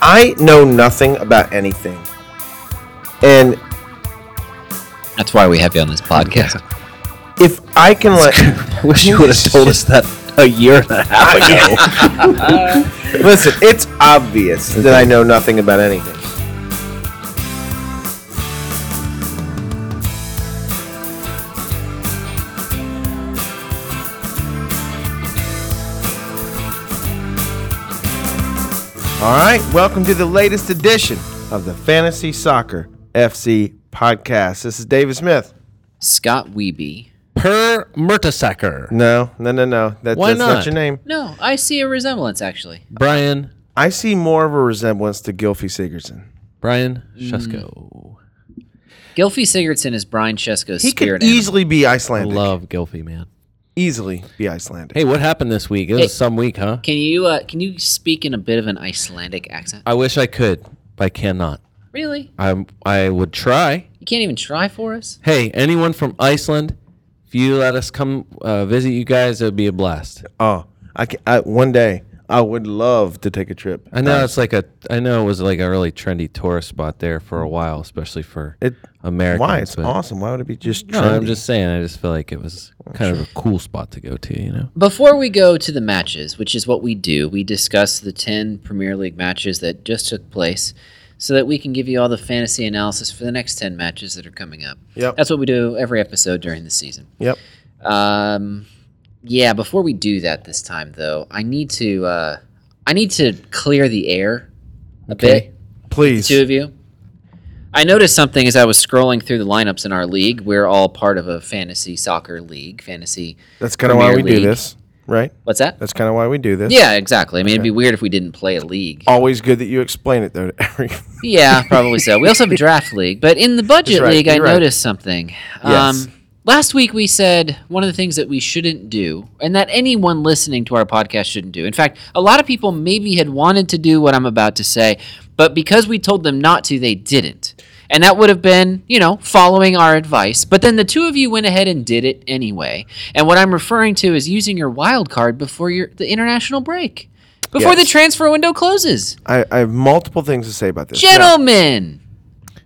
I know nothing about anything. And That's why we have you on this podcast. if I can let I wish you would have told us that a year and a half ago. listen, it's obvious that I know nothing about anything. All right, welcome to the latest edition of the Fantasy Soccer FC podcast. This is David Smith. Scott Weeby. Per Mertesacker. No, no, no, no. That, Why that's not? not? your name. No, I see a resemblance actually. Brian. I see more of a resemblance to Gilfy Sigurdsson. Brian Mm, Shusko. Gilfy Sigurdsson is Brian Chesko's He spirit. could easily be Icelandic. Love Gilfy, man. easily be Icelandic. Hey, what happened this week? It was Hey. some week, huh? animal. Can you uh, can you speak in a bit of an Icelandic accent? I wish I could, but I cannot. Really? I I would try. You can't even try for us? Hey, anyone from Iceland, if you let us come uh, visit you guys, it would be a blast. Oh, I, ca- I one day I would love to take a trip. I know it's like a I know it was like a really trendy tourist spot there for a while, especially for It- Americans. Why? It's but- awesome. Why would it be just? No, trendy? I'm just saying. I just feel like it was kind of a cool spot to go to. You know. Before we go to the matches, which is what we do, we discuss the 10 Premier League matches that just took place so that we can give you all the fantasy analysis for the next 10 matches that are coming up. Yep. That's what we do every episode during the season. Yep. Um, yeah, before we do that this time though, I need to uh, I need to clear the air a bit, the Please. two of you. I noticed something as I was scrolling through the lineups in our league. We're all part of a fantasy soccer league, fantasy. That's kind of why we Premier do League. this, right? What's that? That's kind of why we do this. Yeah, exactly. I mean, it'd be weird if we didn't play a league. Always good that you explain it though to every. Yeah, probably so. We also have a draft league, but in the budget That's right, league, I you're right. noticed something. Yes. Um, last week we said one of the things that we shouldn't do, and that anyone listening to our podcast shouldn't do. In fact, a lot of people maybe had wanted to do what I'm about to say, but because we told them not to, they didn't. And that would have been, you know, following our advice. But then the two of you went ahead and did it anyway. And what I'm referring to is using your wild card before your the international break, before Yes. the transfer window closes. I, I have multiple things to say about this. Now, Gentlemen.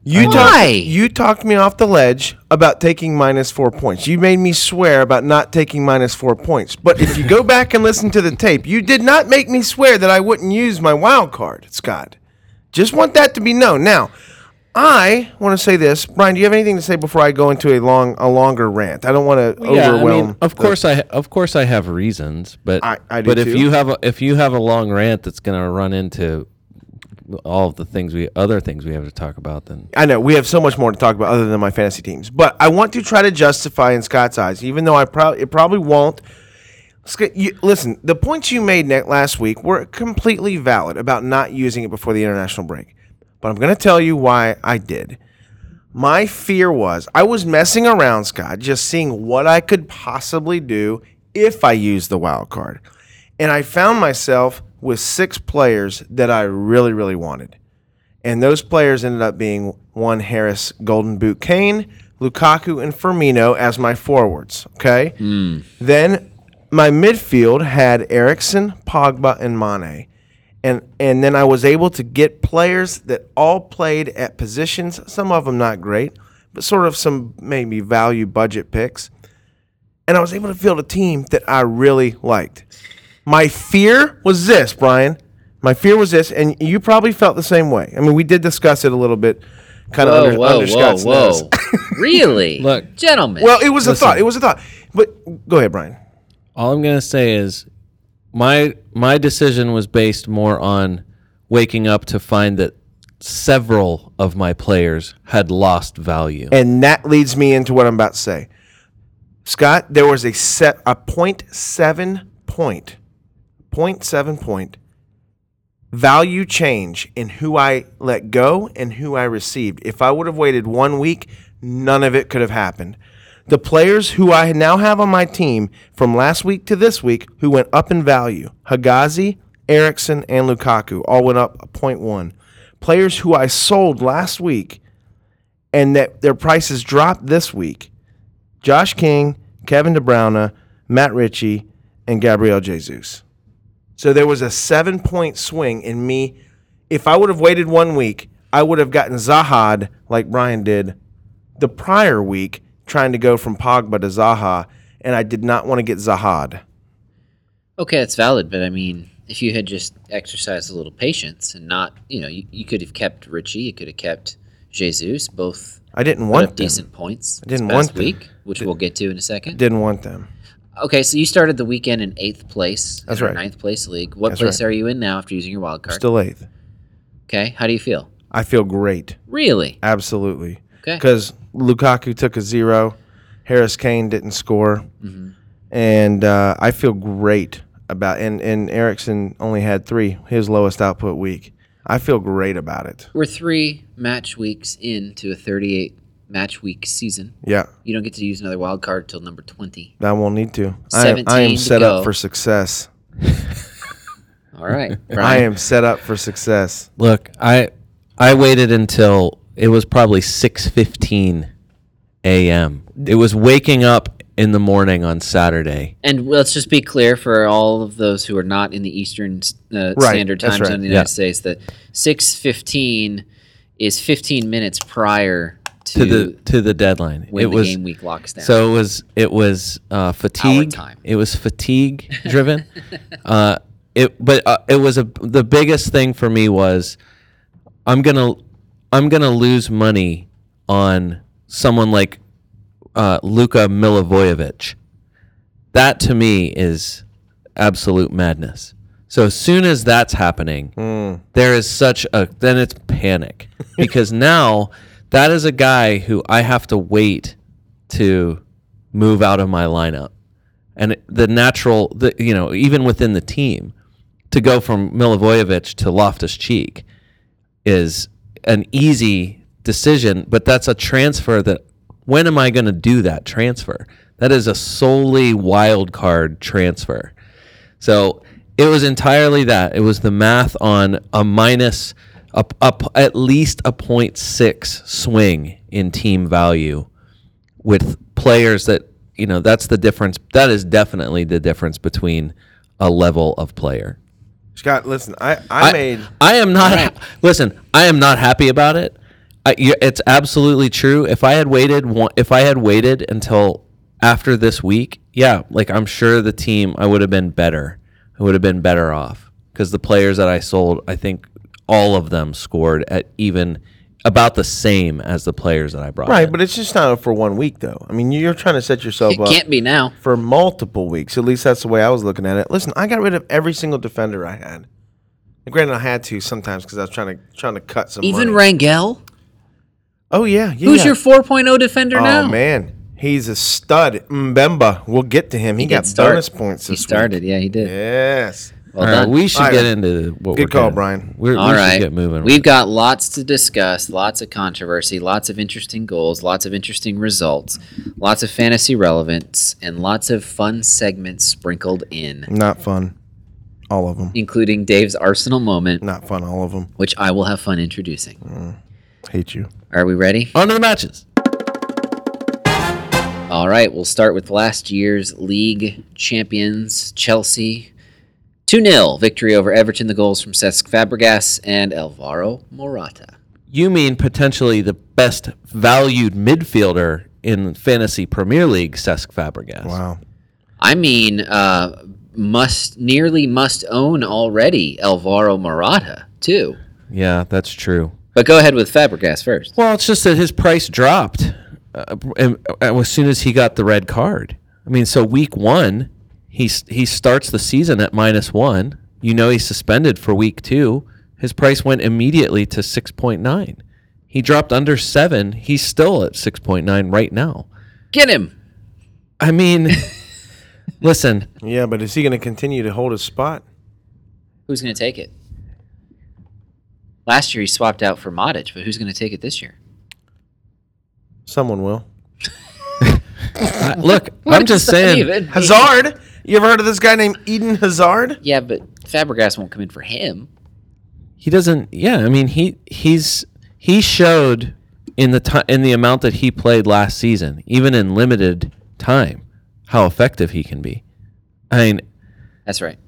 you Why? talked you talked me off the ledge about taking minus four points. You made me swear about not taking minus four points. But if you go back and listen to the tape, you did not make me swear that I wouldn't use my wild card, Scott. Just want that to be known. Now, I want to say this, Brian. Do you have anything to say before I go into a long, a longer rant? I don't want to overwhelm. of the- course I of course I have reasons, but I- I do but too. if you have a, if you have a long rant that's going to run into all of the things we other things we have to talk about, then I know we have so much more to talk about other than my fantasy teams, but I want to try to justify in Scott's eyes, even though I probably it probably won't. Scott, you, listen, the points you made Nick, last week were completely valid about not using it before the international break, but I'm going to tell you why I did. My fear was I was messing around, Scott, just seeing what I could possibly do if I used the wild card, and I found myself with six players that I really, really wanted. And those players ended up being one Harris, Golden Boot Kane, Lukaku, and Firmino as my forwards. Okay. Then my midfield had Erickson, Pogba, and Mane. And, and then I was able to get players that all played at positions, some of them not great, but sort of some maybe value budget picks. And I was able to field a team that I really liked. My fear was this, Brian. My fear was this, and you probably felt the same way. I mean, we did discuss it a little bit, kind of Whoa, under, whoa, under whoa, Scott's whoa. nose. really? Look. Gentlemen. Well, it was a thought. It was a thought. But go ahead, Brian. all I'm going to say is my my decision was based more on waking up to find that several of my players had lost value. And that leads me into what I'm about to say. Scott, there was a set a point seven point, point seven point value change in who I let go and who I received. If I would have waited one week, none of it could have happened. The players who I now have on my team from last week to this week who went up in value, Hagazi, Erickson, and Lukaku all went up a point one. Players who I sold last week and that their prices dropped this week. Josh King, Kevin DeBrowna, Matt Ritchie, and Gabriel Jesus. So there was a seven point swing in me If I would have waited one week, I would have gotten Zahad like Brian did the prior week, trying to go from Pogba to Zaha, and I did not want to get Zahad. Okay, that's valid, but I mean, if you had just exercised a little patience and not, you know, you, you could have kept Richie, you could have kept Jesus, both I didn't put want up them. decent points. I didn't this past want them. week, which we'll get to in a second. Didn't want them. Okay, so you started the weekend in eighth place. in That's our right. Ninth place league. What That's place right. are you in now after using your wild card? Still eighth. okay, how do you feel? I feel great. Really? Absolutely. Okay. Because Lukaku took a zero, Harris Kane didn't score, Mm-hmm. and uh, I feel great about. And and Erickson only had three, his lowest output week. I feel great about it. We're three match weeks into a 38 match week season. Yeah, You don't get to use another wild card till number 20. I won't need to. I am, I 17 to am set go. up for success. All right. I Brian, am set up for success. Look, I I waited until it was probably 6:15 a.m. It was waking up in the morning on Saturday. And let's just be clear for all of those who are not in the Eastern uh, Right, Standard Time that's Zone right, in the United yeah. States that 6:15 is 15 minutes prior to, To the to the deadline. when it the was game week locks down. So it was it was uh, fatigue. time. It was fatigue driven. uh, it but uh, it was a the biggest thing for me was I'm gonna I'm gonna lose money on someone like uh, Luka Milivojevic. That to me is absolute madness. So as soon as that's happening, there is such a then it's panic because now that is a guy who I have to wait to move out of my lineup. And it- the natural, the, you know, even within the team, to go from Milivojevic to Loftus Cheek is an easy decision, but that's a transfer that when am I going to do that transfer? That is a solely wild card transfer. So it was entirely that. It was the math on a minus, up, up at least a 0.6 swing in team value with players that you know that's the difference that is definitely the difference between a level of player Scott, listen, I, I, made I am not listen i am not happy about it I, you- it's absolutely true if i had waited one- if i had waited until after this week yeah like i'm sure the team i would have been better i would have been better off because the players that i sold i think all of them scored at even about the same as the players that i brought right, in. but it's just not for one week though. I mean, you're trying to set yourself it up. can't be now. for multiple weeks. At least that's the way I was looking at it. Listen, I got rid of every single defender I had. And granted, I had to sometimes because I was trying to trying to cut some. Even money. Rangel, oh yeah, yeah. who's your 4.0 defender oh now? man, he's a stud. Mbemba, we'll get to him. He, He got did start. bonus points. He This week. started, yeah, he did. Yes. Well All right, done. we should All right. get into what Good we're call, doing. Brian. We're, All we right. should get moving. We've got lots to discuss, lots of controversy, lots of interesting goals, lots of interesting results, lots of fantasy relevance, and lots of fun segments sprinkled in, Not fun. All of them. including Dave's Arsenal moment, Not fun. All of them. which I will have fun introducing. Hate you. Are we ready? on to the matches. All right, we'll start with last year's league champions, Chelsea. 2 0 victory over Everton, the goals from Cesc Fabregas and Alvaro Morata. You mean potentially the best valued midfielder in fantasy Premier League, Cesc Fabregas. Wow. I mean, uh, must nearly must own already Alvaro Morata too. Yeah, that's true. But go ahead with Fabregas first. Well, it's just that his price dropped uh, and- and as soon as he got the red card. I mean, so week one, he s- he starts the season at minus one. You know he's suspended for week two. His price went immediately to six point nine. He dropped under seven. He's still at six point nine right now. Get him. I mean, listen, Yeah, but is he going to continue to hold his spot? Who's going to take it? Last year he swapped out for Modic, but who's going to take it this year? Someone will. I- look, What I'm does just that saying. even mean? Hazard. You ever heard of this guy named Eden Hazard? Yeah, but Fabregas won't come in for him. he doesn't. Yeah, I mean he he's he showed in the time in the amount that he played last season, even in limited time, how effective he can be. I mean, That's right.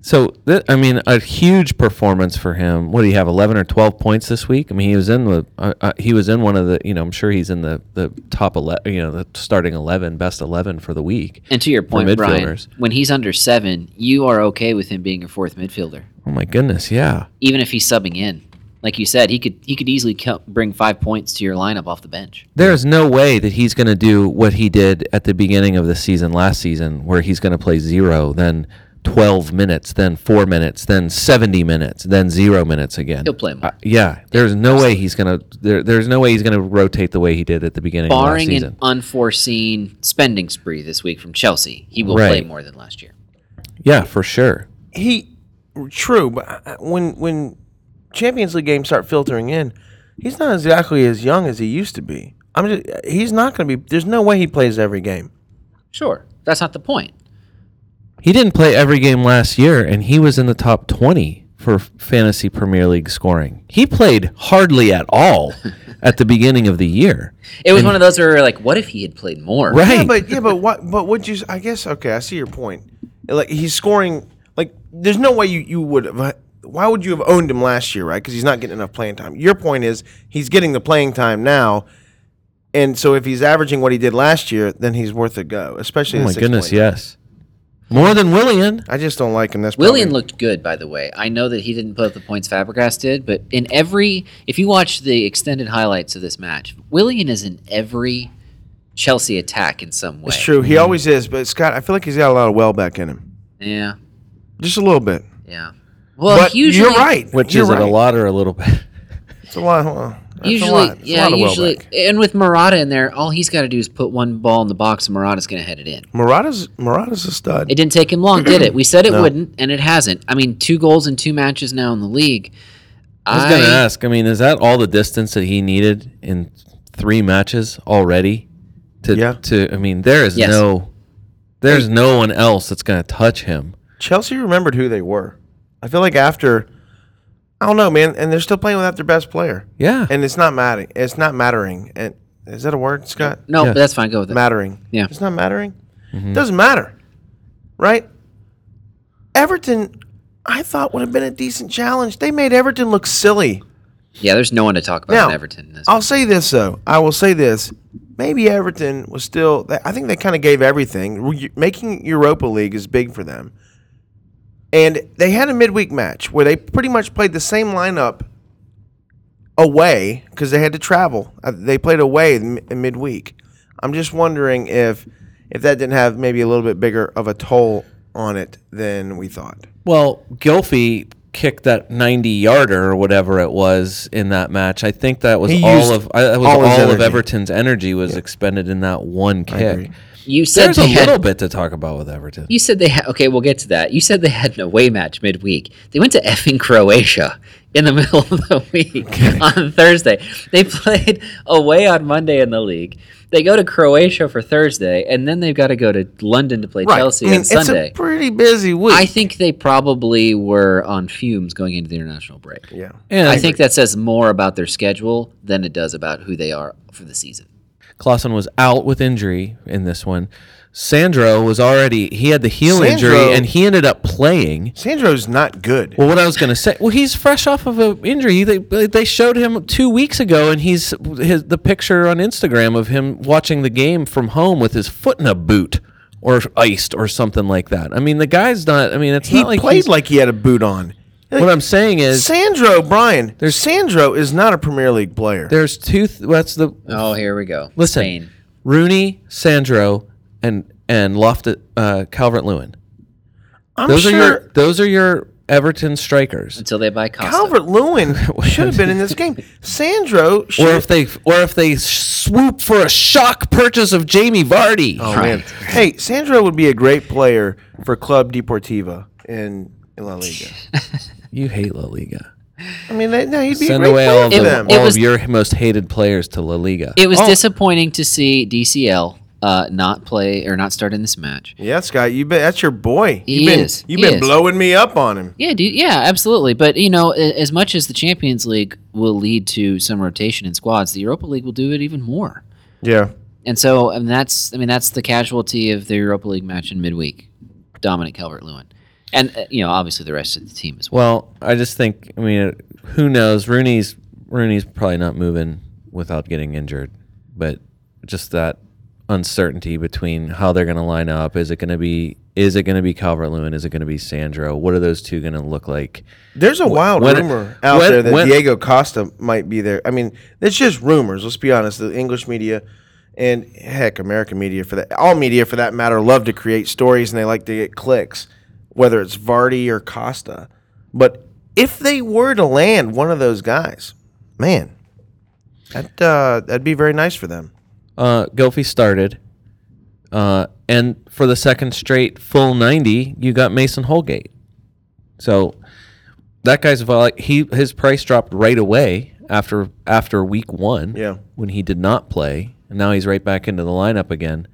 So th- I mean, a huge performance for him. What do you have, eleven or twelve points this week? I mean, he was in the uh, uh, he was in one of the you know I'm sure he's in the the top eleven you know the starting eleven best eleven for the week. And to your point, Brian, midfielders. when he's under seven, you are okay with him being your fourth midfielder, Oh my goodness, yeah, even if he's subbing in. Like you said, he could he could easily co- bring five points to your lineup off the bench. there is no way that he's going to do what he did at the beginning of the season last season, where he's going to play zero, then twelve minutes, then four minutes, then seventy minutes, then zero minutes again. He'll play more. Uh, yeah, there's no way he's gonna. There, there's no way he's gonna rotate the way he did at the beginning of last Barring season. an unforeseen spending spree this week from Chelsea, he will play Right. more than last year. yeah, for sure. he true, but I- I- when when Champions League games start filtering in, he's not exactly as young as he used to be. I'm just, uh, he's not going to be. There's no way he plays every game. Sure, that's not the point. He didn't play every game last year, and he was in the top 20 for fantasy Premier League scoring. He played hardly at all at the beginning of the year. It was one of those where we were like, what if he had played more? Right. Yeah, but yeah, but what? But would you? s- I guess okay. I see your point. Like he's scoring. Like there's no way you you would have. uh, Why would you have owned him last year, right? Because he's not getting enough playing time. Your point is he's getting the playing time now, and so if he's averaging what he did last year, then he's worth a go. Especially oh the my six goodness, point. yes. More than Willian. I just don't like him. That's Willian probably- looked good, by the way. I know that he didn't put up the points Fabregas did, but in every, if you watch the extended highlights of this match, Willian is in every Chelsea attack in some way. It's true. He always is, but Scott, I feel like he's got a lot of well back in him, Yeah, just a little bit. yeah. Well, but usually, you're right. Which you're is right. it, a lot or a little bit? It's a lot. Well, that's a Usually, lot. It's a yeah, lot of usually, Welbeck. and with Murata in there, all he's got to do is put one ball in the box, and Murata's going to head it in. Murata's Murata's a stud. It didn't take him long, did it? We said it wouldn't, and it hasn't. I mean, two goals in two matches now in the league. I was going to ask, I mean, is that all the distance that he needed in three matches already? To, Yeah. to I mean, there is Yes. no there's no one else that's going to touch him. Chelsea remembered who they were. I feel like after, I don't know, man, and they're still playing without their best player, Yeah. and it's not mattering. It's not mattering. And is that a word, Scott? No, Yeah. but that's fine. Go with it. Mattering. Yeah. Mm-hmm. It's not mattering. Doesn't matter, right? Everton, I thought would have been a decent challenge. They made Everton look silly. Yeah, there's no one to talk about Now, in Everton. in this. I'll say this though. I will say this. Maybe Everton was still. they- I think they kind of gave everything. Re- Making Europa League is big for them, and they had a midweek match where they pretty much played the same lineup away because they had to travel. Uh, They played away in in midweek. I'm just wondering if if that didn't have maybe a little bit bigger of a toll on it than we thought. Well, Gilfy kicked that 90 yarder or whatever it was in that match. I think that was He all used of I, that was all, all his of energy. Everton's energy was expended in that one kick. agree. you said There's a they had. little bit to talk about with Everton. you said they had. Okay, we'll get to that. You said they had an away match midweek. They went to effing Croatia in the middle of the week on Thursday. They played away on Monday in the league. They go to Croatia for Thursday, and then they've got to go to London to play Chelsea I mean, on it's Sunday. a pretty busy week. I think they probably were on fumes going into the international break. yeah. And I think that says more about their schedule than it does about who they are for the season. Clausen was out with injury in this one. Sandro was already he had the heel Sandro- injury and he ended up playing. Sandro's not good. Well, what I was going to say, well, he's fresh off of an injury. They they showed him two weeks ago, and he's his, the picture on Instagram of him watching the game from home with his foot in a boot or iced or something like that. I mean, the guy's not. I mean, it's He not like played he's- like he had a boot on. What I'm saying is, Sandro Brian, There's- Sandro is not a Premier League player. there's two. Th- that's the Oh, here we go. listen, Spain. Rooney, Sandro, and and Loftus uh, Calvert Lewin. I'm Those sure are your those are your Everton strikers. until they buy Costa. Calvert Lewin should have been in this game. Sandro Or should if they or if they swoop for a shock purchase of Jamie Vardy. Oh, man. Hey, Sandro would be a great player for Club Deportiva in, in La Liga. You hate La Liga. I mean, they, no, he'd be Send a great away all player of, for the- them. It all was- of your most hated players to La Liga. It was disappointing to see DCL uh, not play or not start in this match. yeah, Scott, you been, that's your boy. He you've been, is. You've He been is. blowing me up on him. Yeah, dude. Yeah, absolutely. But you know, a- as much as the Champions League will lead to some rotation in squads, the Europa League will do it even more. Yeah. And so, and that's I mean, that's the casualty of the Europa League match in midweek. Dominic Calvert Lewin. and uh, you know obviously the rest of the team as well. Well, I just think I mean, who knows? Rooney's Rooney's probably not moving without getting injured, but just that uncertainty between how they're going to line up. Is it going to be is it going to be Calvert Lewin? Is it going to be Sandro? What are those two going to look like? There's a wild when- rumor out when- there that when- Diego Costa might be there. I mean, it's just rumors. Let's be honest. The English media and heck, American media for that, all media for that matter, love to create stories and they like to get clicks, whether it's Vardy or Costa. But if they were to land one of those guys, man, that uh, that'd be very nice for them. Uh, Gilfy started, uh, and for the second straight full ninety, you got Mason Holgate. So that guy's vol- he his price dropped right away after after week one. Yeah. when he did not play, and now he's right back into the lineup again.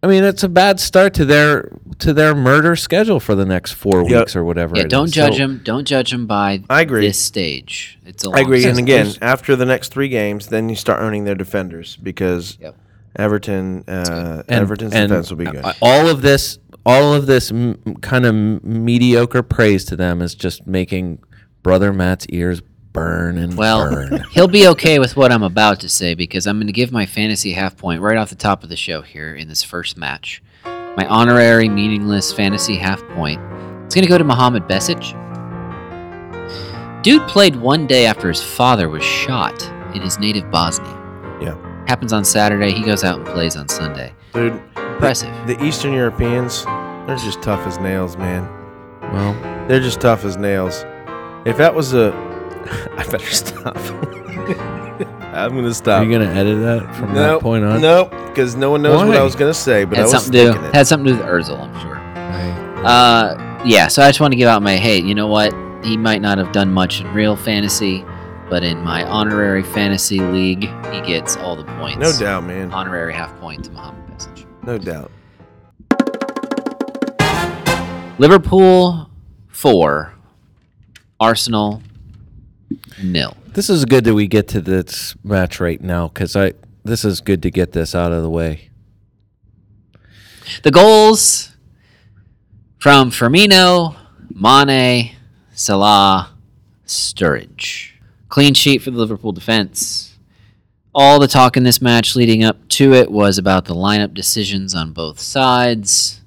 I mean, it's a bad start to their to their murder schedule for the next four Yeah. weeks or whatever. Yeah, it don't is. judge So- him. Don't judge him by I agree. this stage. It's I a long agree. And season. again, after the next three games, then you start earning their defenders because Yep. Everton, uh, Everton's defense will be good. I- All of this, all of this m- kind of mediocre praise to them is just making brother Matt's ears burn and Well, burn. he'll be okay with what I'm about to say because I'm going to give my fantasy half point right off the top of the show here in this first match. My honorary, meaningless fantasy half point. It's going to go to Mohamed Besic. Dude played one day after his father was shot in his native Bosnia. Yeah. Happens on Saturday. He goes out and plays on Sunday. Dude, Impressive. The Eastern Europeans, they're just tough as nails, man. well, They're just tough as nails. If that was a, I better stop. I'm gonna are stop. you gonna edit that from nope, that point on? Nope, because Uh, no one knows what Why? I was gonna say, but I had was something to thinking it. had something to do with Urzel, I'm sure. I- Uh, yeah, so I just want to give out my hey, you know what? He might not have done much in real fantasy, but in my honorary fantasy league, he gets all the points. No doubt, man. Honorary half point to Mohammed Besic. No doubt. Liverpool four, Arsenal nil. This is good that we get to this match right now because I. This is good to get this out of the way. The goals from Firmino, Mane, Salah, Sturridge. Clean sheet for the Liverpool defense. All the talk in this match leading up to it was about the lineup decisions on both sides.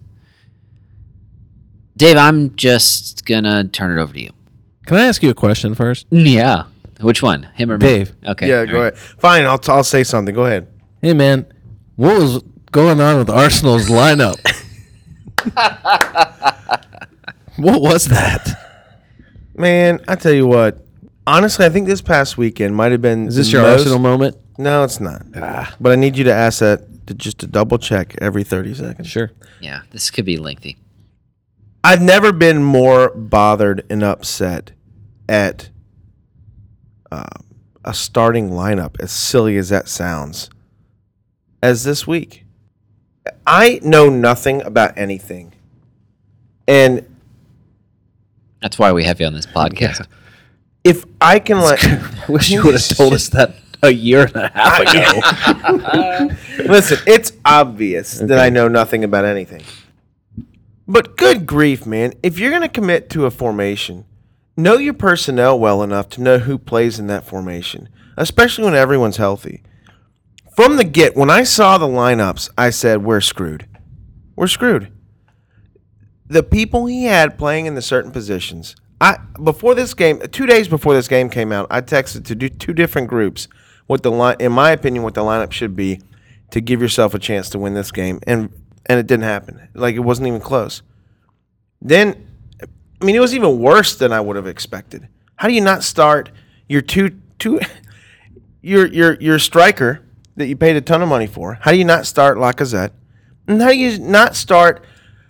Dave, I'm just gonna turn it over to you. Can I ask you a question first? Mm, Yeah. Which one? Him or me? Dave. Okay. yeah, go ahead. Fine, I'll, I'll say something. Go ahead. Hey man, what was going on with Arsenal's lineup? what was that? Man, I tell you what. Honestly, I think this past weekend might have been. Is this your Arsenal Ah. moment? No, it's not. But I need you to ask that to just to double check every thirty seconds. Sure. Yeah. This could be lengthy. I've never been more bothered and upset at uh, a starting lineup, as silly as that sounds, as this week. I know nothing about anything. And That's why we have you on this podcast. if I can let. Wish you would have told us that a year and a half ago. Listen, it's obvious that I know nothing about anything. But good grief, man. If you're going to commit to a formation, know your personnel well enough to know who plays in that formation, especially when everyone's healthy. From the get, when I saw the lineups, I said, we're screwed. We're screwed. The people he had playing in the certain positions. I before this game, two days before this game came out, I texted to do two different groups what the line, in my opinion, what the lineup should be to give yourself a chance to win this game, and and it didn't happen. Like it wasn't even close. Then, I mean, it was even worse than I would have expected. How do you not start your two two your your your striker that you paid a ton of money for? How do you not start Lacazette? And how do you not start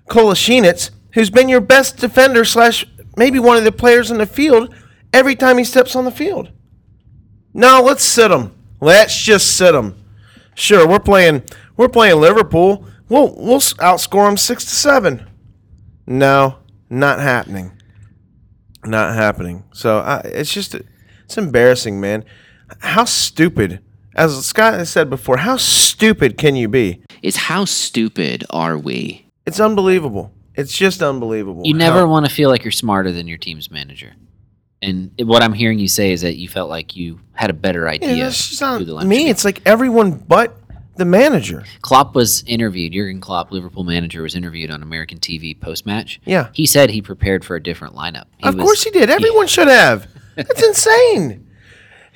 Kolasinac, who's been your best defender slash maybe one of the players in the field every time he steps on the field? No, let's sit him. Let's just sit him. Sure, we're playing we're playing Liverpool. We'll we'll s- outscore them six to seven. No, not happening. Not happening. So I, it's just it's embarrassing, man. How stupid, as Scott has said before, how stupid can you be? Is how stupid are we? It's unbelievable. It's just unbelievable. You how- never want to feel like you're smarter than your team's manager. And it- what I'm hearing you say is that you felt like you had a better Yeah, idea. that's just who the not lunch me. should It's like everyone but the manager. be. Klopp was interviewed. Jurgen Klopp, Liverpool manager, was interviewed on American TV post match. Yeah. he said he prepared for a different lineup. of course he did. Everyone should have. That's insane.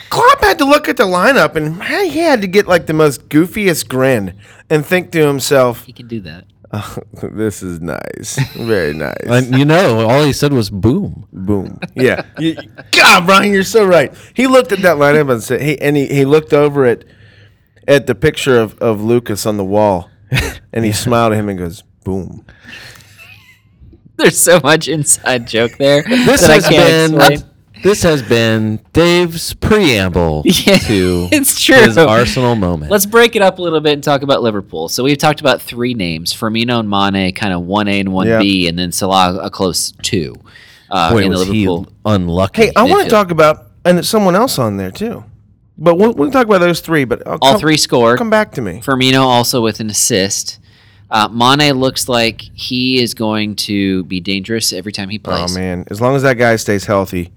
Klopp had to look at the lineup and man, he had to get like the most goofiest grin and think to himself, He can do that. "This is nice, very nice." And you know, all he said was boom. Boom. Yeah. You- God, Brian, you're so right. He looked at that lineup and said, "Hey," and he, he looked over at at the picture of of Lucas on the wall, and he smiled at him and goes, "Boom." There's so much inside joke there This that has I can't been explain. this has been Dave's preamble Yeah, to it's true. his Arsenal moment. Let's break it up a little bit and talk about Liverpool. So we've talked about three names: Firmino and Mane, kind of one A and one B, and then Salah a close two uh, Boy, in the was he Liverpool. unlucky. Hey, I want Midfield. to talk about and there's someone else on there too, but we'll, we'll talk about those three. But I'll All come- three scored. Come back to me. Firmino also with an assist. Uh, Mane looks like he is going to be dangerous every time he Oh plays. man, as long as that guy stays healthy, he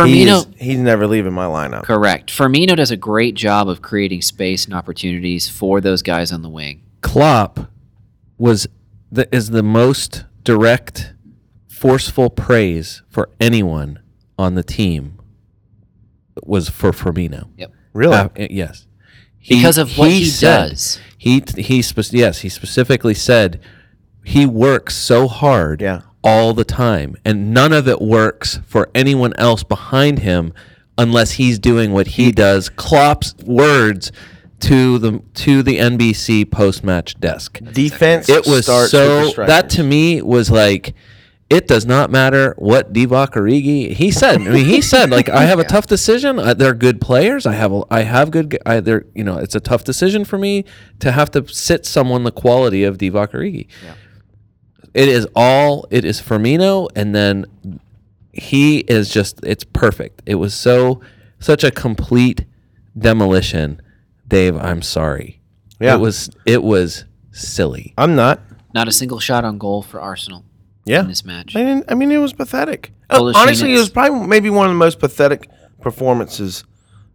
Firmino, is, he's never leaving my lineup. correct. Firmino does a great job of creating space and opportunities for those guys on the wing. Klopp was the, is the most direct, forceful praise for anyone on the team was for Firmino. Yep. Really? Uh, uh, yes. He- Because of what he said- does. He he spe- yes, he specifically said he works so hard Yeah. all the time and none of it works for anyone else behind him unless he's doing what he does. Klopp's words to the to the NBC post-match desk. Defense. It was starts so with the that to me was like it does not matter what Divock Origi he said. I mean, he said like I have a tough decision. Uh, they're good players. I have a, I have good. g- I, they're you know it's a tough decision for me to have to sit someone the quality of Divock Origi. It is all it is Firmino, and then he is just it's perfect. It was so such a complete demolition, Dave. I'm sorry. Yeah. It was it was silly. I'm not. Not a single shot on goal for Arsenal Yeah. in this match. I mean, I mean, it was pathetic. Well, Uh, the honestly, it Phoenix- was probably maybe one of the most pathetic performances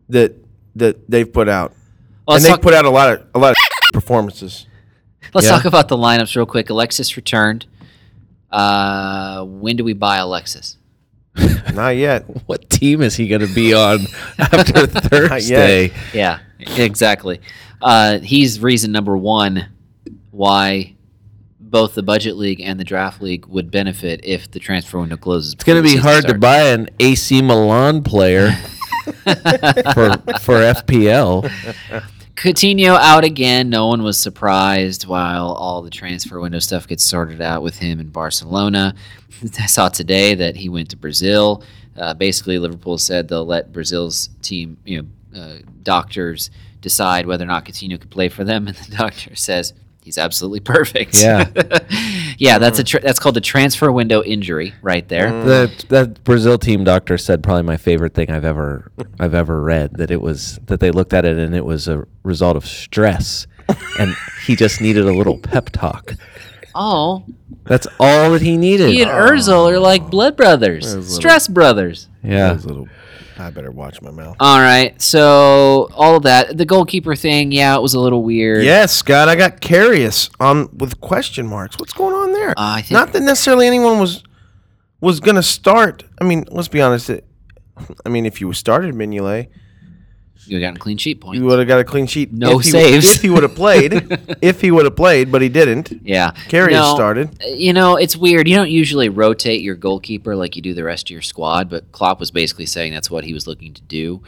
that that they've put out, Let's and they talk- have put out a lot of a lot of performances. Let's Yeah. talk about the lineups real quick. Alexis returned. Uh, when do we buy Alexis? Not yet. What team is he going to be on after Thursday? Yeah, exactly. Uh, he's reason number one why both the budget league and the draft league would benefit if the transfer window closes. It's going to be hard to buy an AC Milan player for for FPL. Coutinho out again. No one was surprised while all the transfer window stuff gets sorted out with him in Barcelona. I saw today that he went to Brazil. Uh, basically, Liverpool said they'll let Brazil's team, you know, uh, doctors decide whether or not Coutinho could play for them, and the doctor says he's absolutely perfect. Yeah. yeah, that's a tra- that's called a transfer window injury right there. The that Brazil team doctor said probably my favorite thing I've ever I've ever read that it was that they looked at it and it was a result of stress and he just needed a little pep talk. Oh, That's all that he needed. he and Urzel are like blood brothers, stress brothers. yeah. little. I better watch my mouth. All right. So all of that, the goalkeeper thing, yeah, it was a little weird. Yes, Scott, I got curious on with question marks. What's going on there? Uh, I think- Not that necessarily anyone was was going to start. I mean, let's be honest. It, I mean, if you started Mignolet, you got a clean sheet point. you would have got a clean sheet. No if he, saves. If he would have played, if he would have played, but he didn't. yeah. Carrius No, uh, started. You know, it's weird. You don't usually rotate your goalkeeper like you do the rest of your squad, but Klopp was basically saying that's what he was looking to do.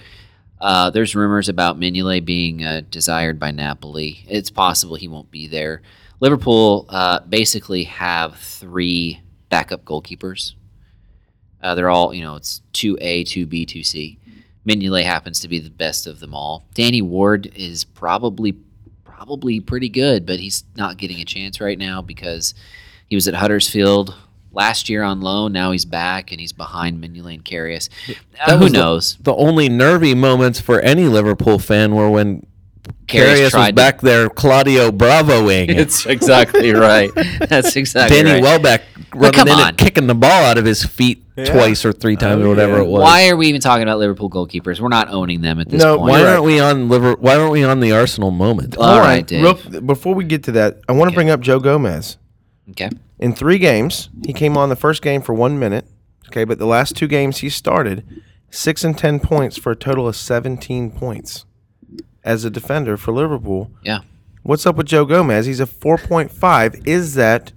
Uh, there's rumors about Mignolet being uh, desired by Napoli. It's possible he won't be there. Liverpool uh, basically have three backup goalkeepers. Uh, they're all, you know, it's 2A, 2B, 2C. Mignolet happens to be the best of them all. Danny Ward is probably probably pretty good, but he's not getting a chance right now because he was at Huddersfield last year on loan. Now he's back and he's behind Mignolet and Karius. Uh, who was the- knows? The only nervy moments for any Liverpool fan were when Karius Carius was tried to- back there Claudio Bravoing. it. It's exactly right. That's exactly Danny right. Welbeck running come in on. and kicking the ball out of his feet twice or three times or whatever yeah. it was. Why are we even talking about Liverpool goalkeepers? We're not owning them at this No, point. Why You're aren't we on liver? Why aren't we on the Arsenal moment? All right, Dave. Real, before we get to that, I want to bring up Joe Gomez. okay. In three games, he came on the first game for one minute. Okay, but the last two games he started, six and ten points for a total of seventeen points as a defender for Liverpool. Yeah. What's up with Joe Gomez? He's a four point five. Is that is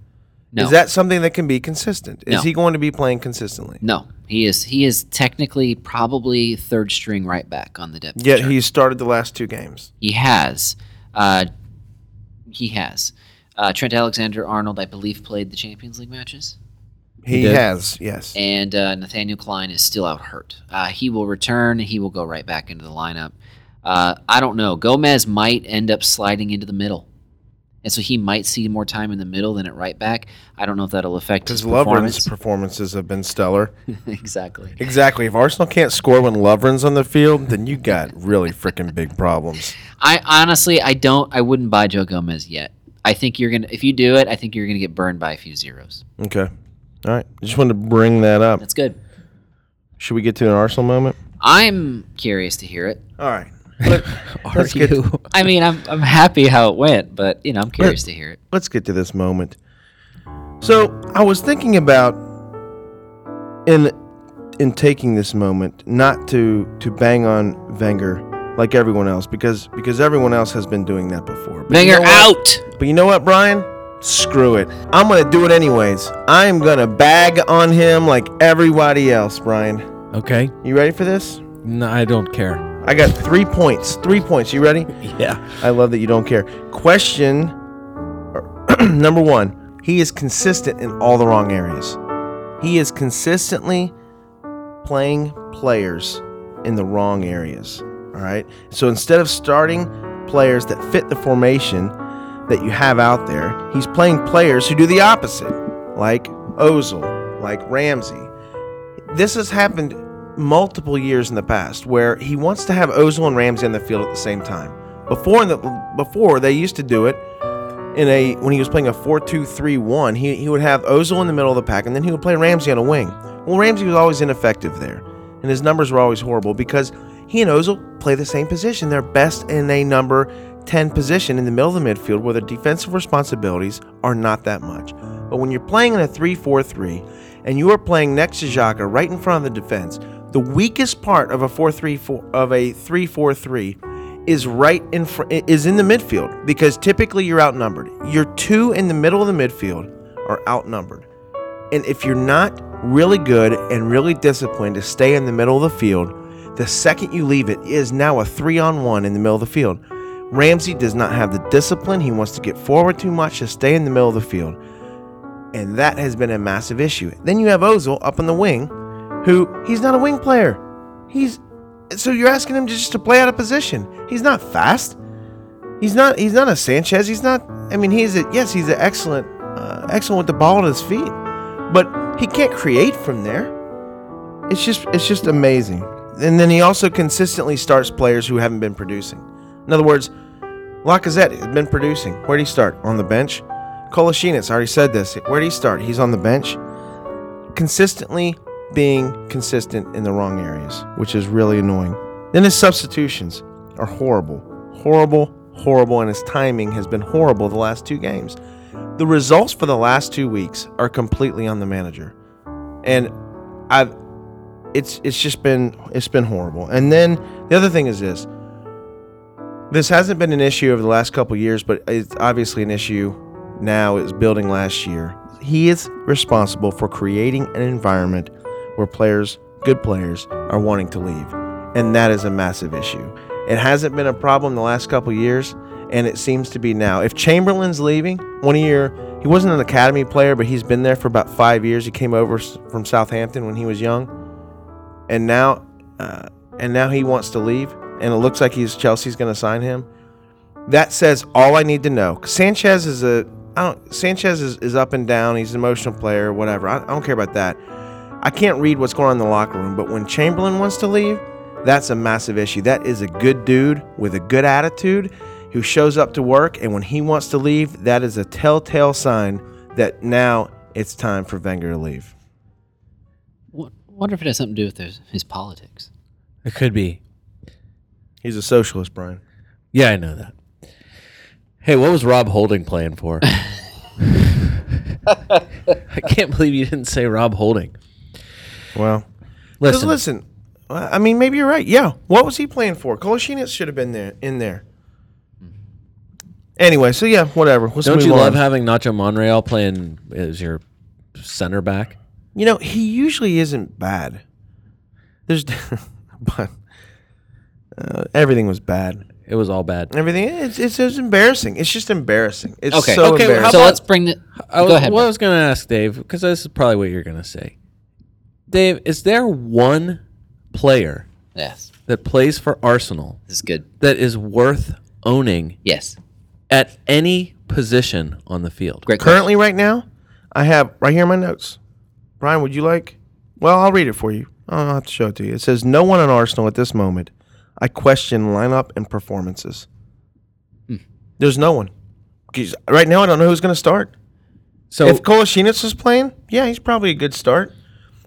No. that something that can be consistent? Is No. he going to be playing consistently? no. He is he is technically probably third string right back on the depth. Yet chart. he started the last two games. He has. Uh, he has. Uh, Trent Alexander Arnold, I believe, played the Champions League matches. He did? has, yes. And uh, Nathaniel Klein is still out hurt. Uh, he will return. He will go right back into the lineup. Uh, I don't know. Gomez might end up sliding into the middle. And so he might see more time in the middle than at right back. I don't know if that'll affect his Because Lovren's performance. performances have been stellar. exactly. Exactly. If Arsenal can't score when Lovren's on the field, then you got really freaking big problems. I honestly, I don't. I wouldn't buy Joe Gomez yet. I think you're gonna. If you do it, I think you're gonna get burned by a few zeros. Okay. All right. Just wanted to bring that up. That's good. Should we get to an Arsenal moment? I'm curious to hear it. All right. Let, Are let's, get, you? I mean, I'm, I'm happy how it went, but you know, I'm curious to hear it. let's get to this moment. So I was thinking about in in taking this moment not to to bang on Wenger like everyone else because because everyone else has been doing that before. But you Wenger know what? out. But you know what, Brian? Screw it. I'm gonna do it anyways. I'm gonna bag on him like everybody else, Brian. Okay. You ready for this? No, I don't care. I got three points. Three points. You ready? Yeah. I love that you don't care. Question number one He is consistent in all the wrong areas. He is consistently playing players in the wrong areas. All right. So instead of starting players that fit the formation that you have out there, he's playing players who do the opposite, like Ozil, like Ramsey. This has happened multiple years in the past where he wants to have Ozil and Ramsey on the field at the same time. Before in the before they used to do it in a when he was playing a 4-2-3-1, he, he would have Ozil in the middle of the pack and then he would play Ramsey on a wing. Well, Ramsey was always ineffective there, and his numbers were always horrible because he and Ozil play the same position. They're best in a number 10 position in the middle of the midfield where their defensive responsibilities are not that much. But when you're playing in a 3-4-3 and you are playing next to Xhaka right in front of the defense, the weakest part of a 4-3-4 of a 3-4-3 is right in fr- is in the midfield because typically you're outnumbered. Your two in the middle of the midfield are outnumbered. And if you're not really good and really disciplined to stay in the middle of the field, the second you leave it is now a 3 on 1 in the middle of the field. Ramsey does not have the discipline. He wants to get forward too much to stay in the middle of the field. And that has been a massive issue. Then you have Ozil up on the wing who he's not a wing player. He's so you're asking him to just to play out of position. He's not fast. He's not. He's not a Sanchez. He's not. I mean, he's a yes. He's an excellent, uh, excellent with the ball at his feet, but he can't create from there. It's just. It's just amazing. And then he also consistently starts players who haven't been producing. In other words, Lacazette has been producing. Where would he start? On the bench. Kolasinac, I already said this. Where would he start? He's on the bench consistently being consistent in the wrong areas, which is really annoying. Then his substitutions are horrible, horrible, horrible, and his timing has been horrible the last two games. The results for the last two weeks are completely on the manager, and I've it's it's just been it's been horrible. And then the other thing is this: this hasn't been an issue over the last couple years, but it's obviously an issue now. It was building last year. He is responsible for creating an environment where players, good players, are wanting to leave, and that is a massive issue. It hasn't been a problem the last couple years, and it seems to be now. If Chamberlain's leaving, one year he wasn't an academy player, but he's been there for about five years. He came over s- from Southampton when he was young and now uh, and now he wants to leave and it looks like he's Chelsea's going to sign him that says all I need to know 'Cause Sanchez is a I don't, Sanchez is, is up and down he's an emotional player whatever I, I don't care about that I can't read what's going on in the locker room but when Chamberlain wants to leave that's a massive issue that is a good dude with a good attitude who shows up to work, and when he wants to leave, that is a telltale sign that now it's time for Wenger to leave. W- wonder if it has something to do with his, his politics. It could be. He's a socialist, Brian. Yeah, I know that. Hey, what was Rob Holding playing for? I can't believe you didn't say Rob Holding. Well, Listen, listen, I mean, maybe you're right. Yeah, what was he playing for? Kolasinac should have been there in there. Anyway, so yeah, whatever. Let's don't move you on. love having Nacho Monreal playing as your center back? You know, he usually isn't bad. There's, but uh, everything was bad. It was all bad. Everything. It's, it's it's embarrassing. It's just embarrassing. It's Okay. so Okay, well, embarrassing. how so about- let's bring the. I was, go ahead. What I Brian. was going to ask Dave, because this is probably what you're going to say. Dave, is there one player yes, that plays for Arsenal this is good. that is worth owning Yes, at any position on the field? great. question. Currently, right now, I have right here in my notes. Brian, would you like? Well, I'll read it for you. I'll have to show it to you. It says, "No one in Arsenal at this moment. I question lineup and performances. Hmm. There's no one. 'Cause Right now, I don't know who's going to start. So if Kolasinac is playing, yeah, he's probably a good start.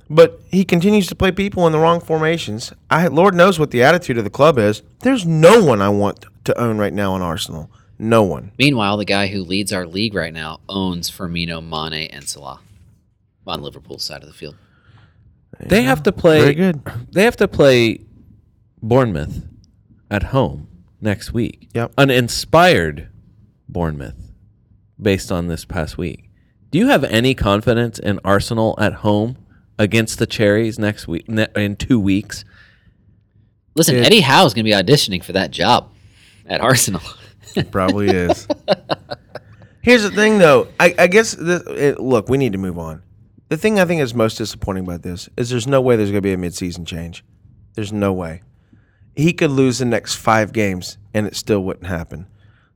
But he continues to play people in the wrong formations. I Lord knows what the attitude of the club is. There's no one I want to own right now in Arsenal. No one. Meanwhile, the guy who leads our league right now owns Firmino, Mane, and Salah on Liverpool's side of the field. they have to play. Very good. They have to play Bournemouth at home next week. Yep. An inspired Bournemouth based on this past week. Do you have any confidence in Arsenal at home against the Cherries next week ne- in 2 weeks? Listen, Eddie Howe's going to be auditioning for that job at Arsenal. Probably is. Here's the thing, though. I, I guess the, it, look, we need to move on. The thing I think is most disappointing about this is there's no way there's going to be a midseason change. There's no way. He could lose the next five games and it still wouldn't happen.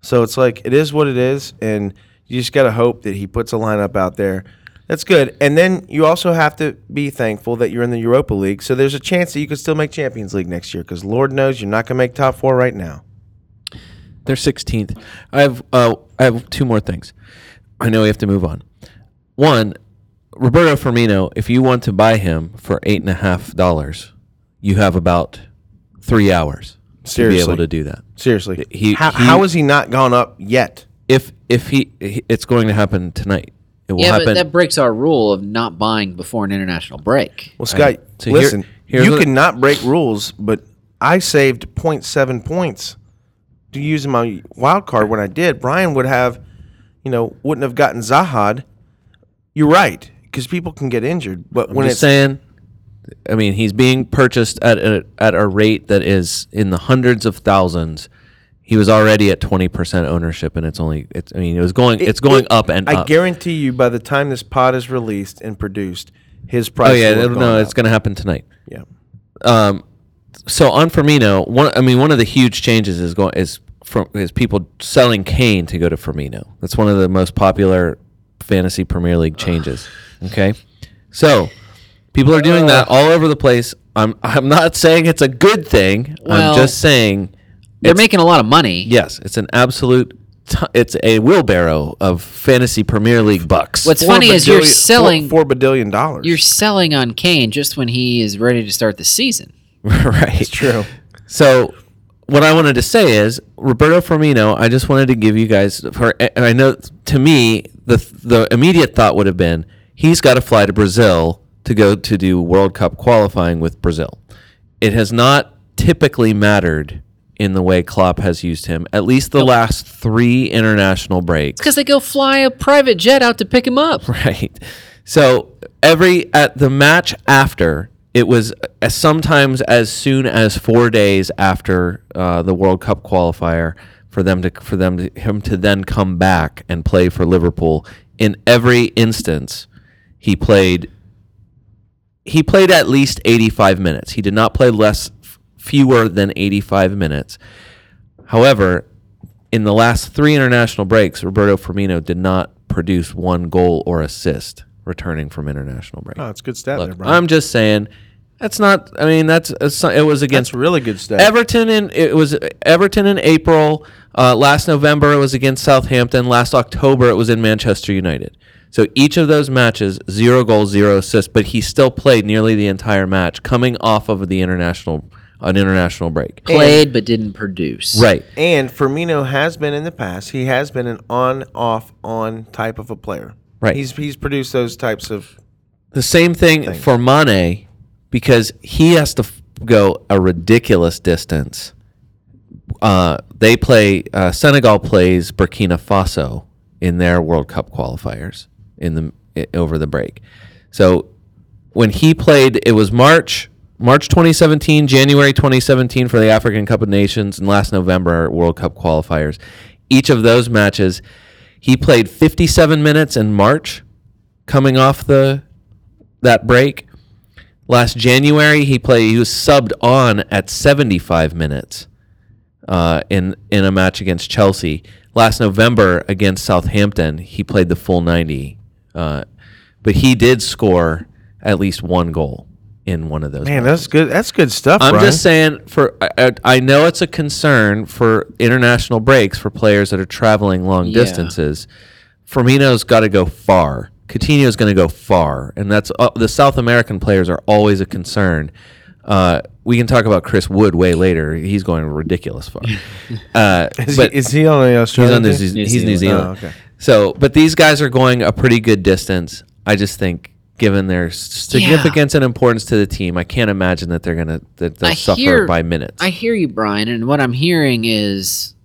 So it's like it is what it is, and you just got to hope that he puts a lineup out there. That's good. And then you also have to be thankful that you're in the Europa League. So there's a chance that you could still make Champions League next year because Lord knows you're not going to make top four right now. They're 16th. I have uh, I have two more things. I know we have to move on. One, Roberto Firmino. If you want to buy him for eight and a half dollars, you have about three hours to be Seriously. able to do that. Seriously, He- how, he- how has he not gone up yet? If if he, he- it's going to happen tonight. It will yeah, happen. but that breaks our rule of not buying before an international break. Well, Scott, So here- listen, here's you what- cannot break rules, but I saved 0.7 points to use in my wild card when I did. Brian would have, you know, wouldn't have gotten Zahad. You're right, because people can get injured, but when I'm it's just saying. I mean, he's being purchased at a, at a rate that is in the hundreds of thousands. He was already at twenty percent ownership, and it's only. It's, I mean, it was going. it's going it- up and I up. guarantee you, by the time this pod is released and produced, his price. Oh yeah, will have it'll- gone no, up. it's going to happen tonight. yeah. Um, so on Firmino, one I mean, one of the huge changes is going is from is people selling Kane to go to Firmino. That's one of the most popular fantasy Premier League changes. Okay, so people are doing that all over the place. I'm I'm not saying it's a good thing. Well- I'm just saying They're making a lot of money. yes, it's an absolute. T- it's a wheelbarrow of fantasy Premier League bucks. What's Four funny is you're bajillion- four- selling four billion dollars. you're selling on Kane just when he is ready to start the season. right? It's true. So what I wanted to say is Roberto Firmino. I just wanted to give you guys for, and I know to me the the immediate thought would have been he's got to fly to Brazil to go to do World Cup qualifying with Brazil. It has not typically mattered in the way Klopp has used him, at least the last three international breaks. Because they go fly a private jet out to pick him up. Right. So every at the match after it was uh, sometimes as soon as four days after uh, the World Cup qualifier for them to for them to, him to then come back and play for Liverpool. In every instance, he played. He played at least 85 minutes. He did not play less f- fewer than 85 minutes. However, in the last three international breaks, Roberto Firmino did not produce one goal or assist returning from international break. Oh, it's a good stat there, Brian. I'm just saying, That's not. I mean, that's it's not- it was against That's really good stuff. Everton in it was Everton in April. Uh, last November it was against Southampton. Last October it was in Manchester United. So each of those matches, zero goals, zero assists, but he still played nearly the entire match, coming off of the international an international break. Played but didn't produce. Right. and Firmino has been in the past. He has been an on, off, on type of a player. Right. He's he's produced those types of. The same thing for Mane because he has to f- go a ridiculous distance. Uh, they play uh, Senegal plays Burkina Faso in their World Cup qualifiers in the i- over the break. So when he played, it was March March 2017, January 2017 for the African Cup of Nations, and last November World Cup qualifiers. Each of those matches, he played 57 minutes in March, coming off the that break. Last January, he played. He was subbed on at 75 minutes uh, in in a match against Chelsea. Last November against Southampton, he played the full 90, uh, but he did score at least one goal in one of those. Man, that's good. That's good stuff. I'm Brian. just saying for I, I I know it's a concern for international breaks for players that are traveling long Yeah. distances. Firmino's got to go far. Coutinho's going to go far, and that's uh, the South American players are always a concern. Uh, we can talk about Chris Wood way later. He's going ridiculous far. Uh, Is, but he, is he on the he's Australian? on New, team? Zealand. New he's New Zealand. Zealand. Oh, okay. So, but these guys are going a pretty good distance. I just think, given their significance and importance to the team, I can't imagine that they're gonna that they'll I suffer hear- by minutes. I hear you, Brian, and what I'm hearing is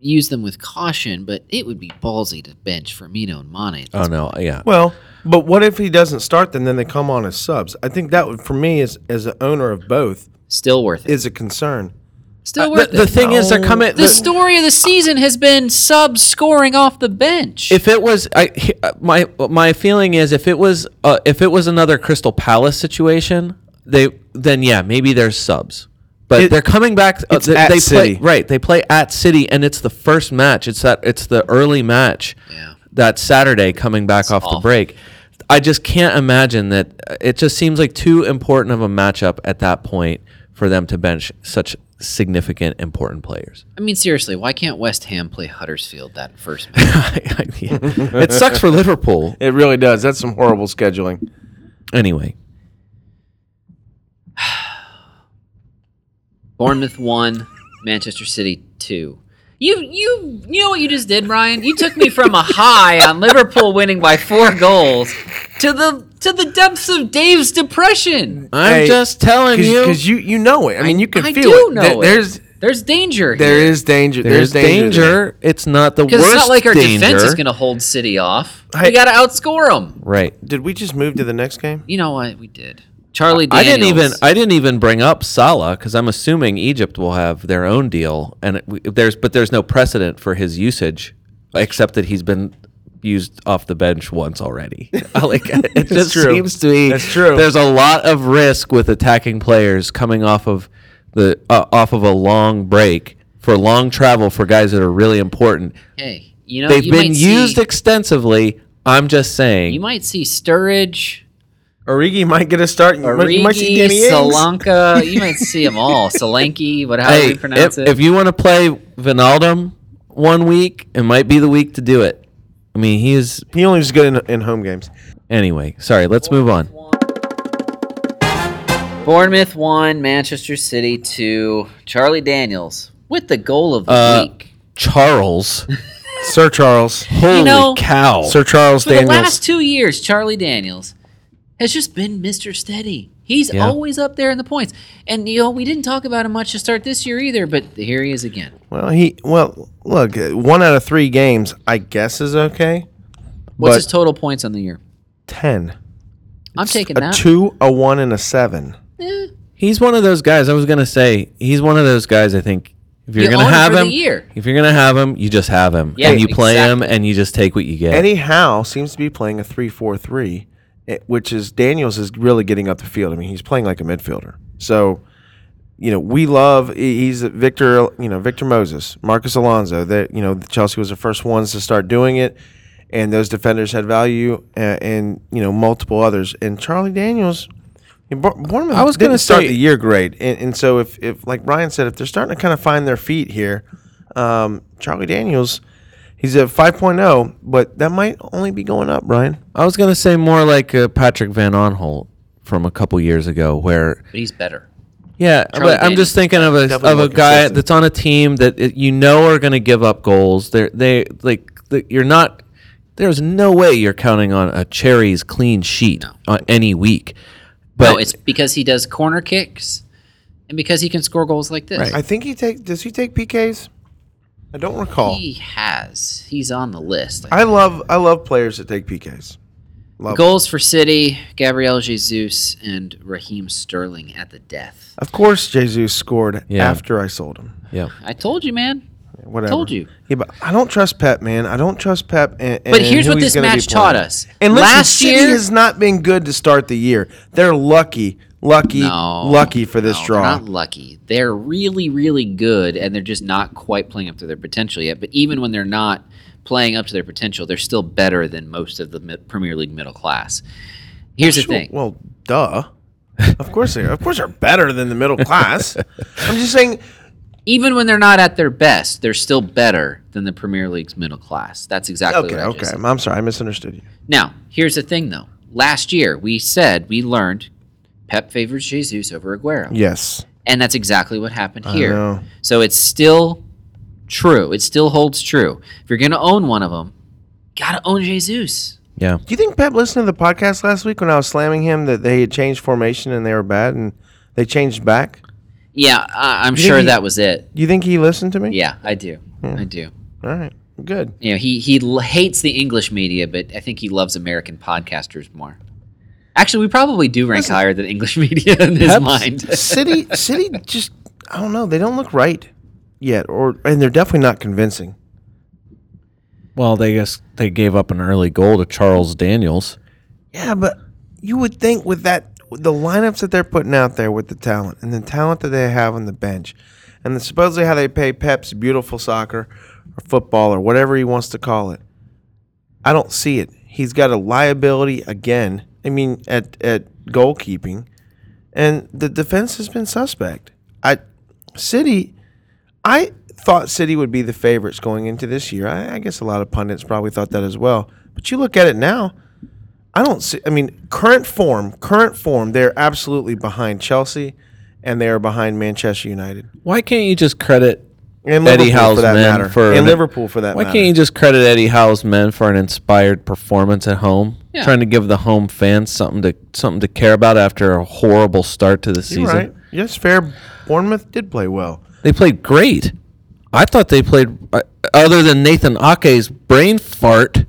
use them with caution, but it would be ballsy to bench Firmino and Mane. oh no, yeah. Well, but what if he doesn't start them? Then they come on as subs. I think that would, for me, as as an owner of both, Still worth it. is a concern. Still the, worth uh, the it. thing is, they're coming. the story of the season has been subs scoring off the bench. if it was, I he- uh, my my feeling is if it was uh, if it was another Crystal Palace situation, they then yeah maybe there's subs. But It- they're coming back. uh, it's at they City. play right. They play at City, and it's the first match. It's that. It's the early match. yeah. that Saturday coming back off awful. the break. I just can't imagine that. uh, It just seems like too important of a matchup at that point for them to bench such significant, important players. I mean, seriously, why can't West Ham play Huddersfield that first match? I mean, it sucks for Liverpool. It really does. That's some horrible scheduling. Anyway, Bournemouth one, Manchester City two. You you you know what you just did, Brian? You took me from a high on Liverpool winning by four goals to the to the depths of Dave's depression. I'm Hey, just telling Because you, you, you know it. I mean, you can I feel do it. know There- it. There's There's danger. there is danger. there's There's, danger. there. It's not the worst because it's not like our danger. defense is going to hold City off. Hey. We got to outscore them. right. Did we just move to the next game? You know what we did? Charlie I Daniels. didn't even I didn't even bring up Salah because I'm assuming Egypt will have their own deal, and it, we- there's but there's no precedent for his usage except that he's been used off the bench once already. like it just true. seems to be That's true. There's a lot of risk with attacking players coming off of the uh, off of a long break for long travel for guys that are really important. Hey, you know They've you been might used See, extensively. I'm just saying. you might see Sturridge. Origi might get a start. You might- you might see Danny Origi, Ings. Solanka, you might see them all. Solanke, what how do you pronounce if, it? if you want to play Vinaldum one week, it might be the week to do it. I mean, he is. He only was good in, in home games. Anyway, sorry. Let's move on. Bournemouth one, Manchester City two. Charlie Daniels with the goal of the Uh, week. Charles, Sir Charles. holy know, cow! Sir Charles For Daniels. the last two years, Charlie Daniels has just been Mr. Steady. He's Yeah. always up there in the points. And you know, we didn't talk about him much to start this year either, but here he is again. well, he well look uh, one out of three games I guess is okay. What's But- his total points on the year? Ten. I'm taking A that. two, a one, and a seven. Eh, he's one of those guys. I was gonna say he's one of those guys. I think if you're You gonna own him have for the him, year. if you're gonna have him, you just have him, Yeah, and you play him, exactly. and you just take what you get. Eddie Howe seems to be playing a three-four-three, eh, which is Daniels is really getting up the field. I mean, he's playing like a midfielder. So, you know, we love he- he's Victor, you know, Victor Moses, Marcus Alonso. That you know, Chelsea was the first ones to start doing it, eh, and those defenders had value, and, and you know, multiple others. And Charlie Daniels, And Bour- Bournemouth I was didn't gonna start say- the year great, and, and so if, if like Ryan said, if they're starting to kind of find their feet here, um, Charlie Daniels, he's at 5.0, oh, but that might only be going up, Ryan. I was gonna say more like uh, Patrick Van Onholt from a couple years ago, where but he's better. yeah, Charlie but I'm just thinking of a Definitely of more a guy consistent. that's on a team that it, you know are gonna give up goals. They're they like the, you're not. There's no way you're counting on a Cherry's clean sheet on any week. But no, it's because he does corner kicks and because he can score goals like this. I think he take does he take PKs? I don't recall. He has. He's on the list. I love I love players that take PKs. Love. it. Goals for City, Gabriel Jesus and Raheem Sterling at the death. Of course, Jesus scored Yeah. after I sold him. yeah, I told you, man. Whatever. Told you. Yeah, but I don't trust Pep, man. I don't trust Pep. And, But here's what this match taught us. And listen, Last City year- has not been good to start the year. They're lucky, lucky, No, lucky for this no, draw. They're not lucky. They're really, really good, and they're just not quite playing up to their potential yet. But even when they're not playing up to their potential, they're still better than most of the mi- Premier League middle class. Here's Sure, the thing. Well, duh. Of course they are. Of course they're better than the middle class. I'm just saying. even when they're not at their best, they're still better than the Premier League's middle class. That's exactly Okay, what I just okay. said. I'm sorry. I misunderstood you. Now, here's the thing though. Last year, we said we learned Pep favors Jesus over Aguero. Yes. And that's exactly what happened here. know. So it's still true. It still holds true. If you're going to own one of them, got to own Jesus. yeah. Do you think Pep listened to the podcast last week when I was slamming him that they had changed formation and they were bad and they changed back? Yeah, I, I'm think sure he- Hmm. that was it. You think he listened to me? Yeah, I do. I do. All right. Good. You know, he he l- hates the English media, but I think he loves American podcasters more. Actually, we probably do rank higher than English media in his mind. City, City, just I don't know. They don't look right yet, or and they're definitely not convincing. Well, they guess they gave up an early goal to Charles Daniels. Yeah, but you would think with that with the lineups that they're putting out there with the talent and the talent that they have on the bench, and the, supposedly how they pay Pep's beautiful soccer or football or whatever he wants to call it. I don't see it. He's got a liability again. I mean, at at goalkeeping, and the defense has been suspect. I City, I thought City would be the favorites going into this year. I, I guess a lot of pundits probably thought that as well. But you look at it now. I don't see. I mean, current form, current form, they're absolutely behind Chelsea, and they are behind Manchester United Why can't you just credit and Eddie Liverpool Howe's for that men matter, for and an- Liverpool for that Why matter. can't you just credit Eddie Howe's men for an inspired performance at home? Yeah. Trying to give the home fans something to something to care about after a horrible start to the You're season. right? Yes, fair. Bournemouth did play well. They played great. I thought they played uh, other than Nathan Ake's brain fart.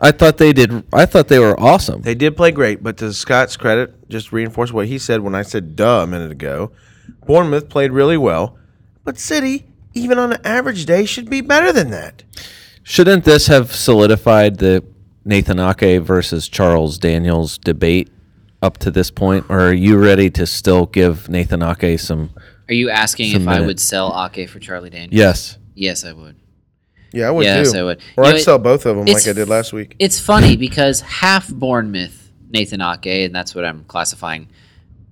I thought they did. I thought they were awesome. They did play great, but to Scott's credit, just reinforce what he said when I said "duh" a minute ago. Bournemouth played really well, but City, even on an average day, should be better than that. Shouldn't this have solidified the Nathan Ake versus Charles Daniels debate up to this point? Or are you ready to still give Nathan Ake some? Are you asking if I minute. would sell Ake for Charlie Daniels? Yes. Yes, I would. Yeah, I would Yes, too. I would. Or You know, I'd it- sell both of them it's like I did last week. It's funny because half Bournemouth, Nathan Ake, and that's what I'm classifying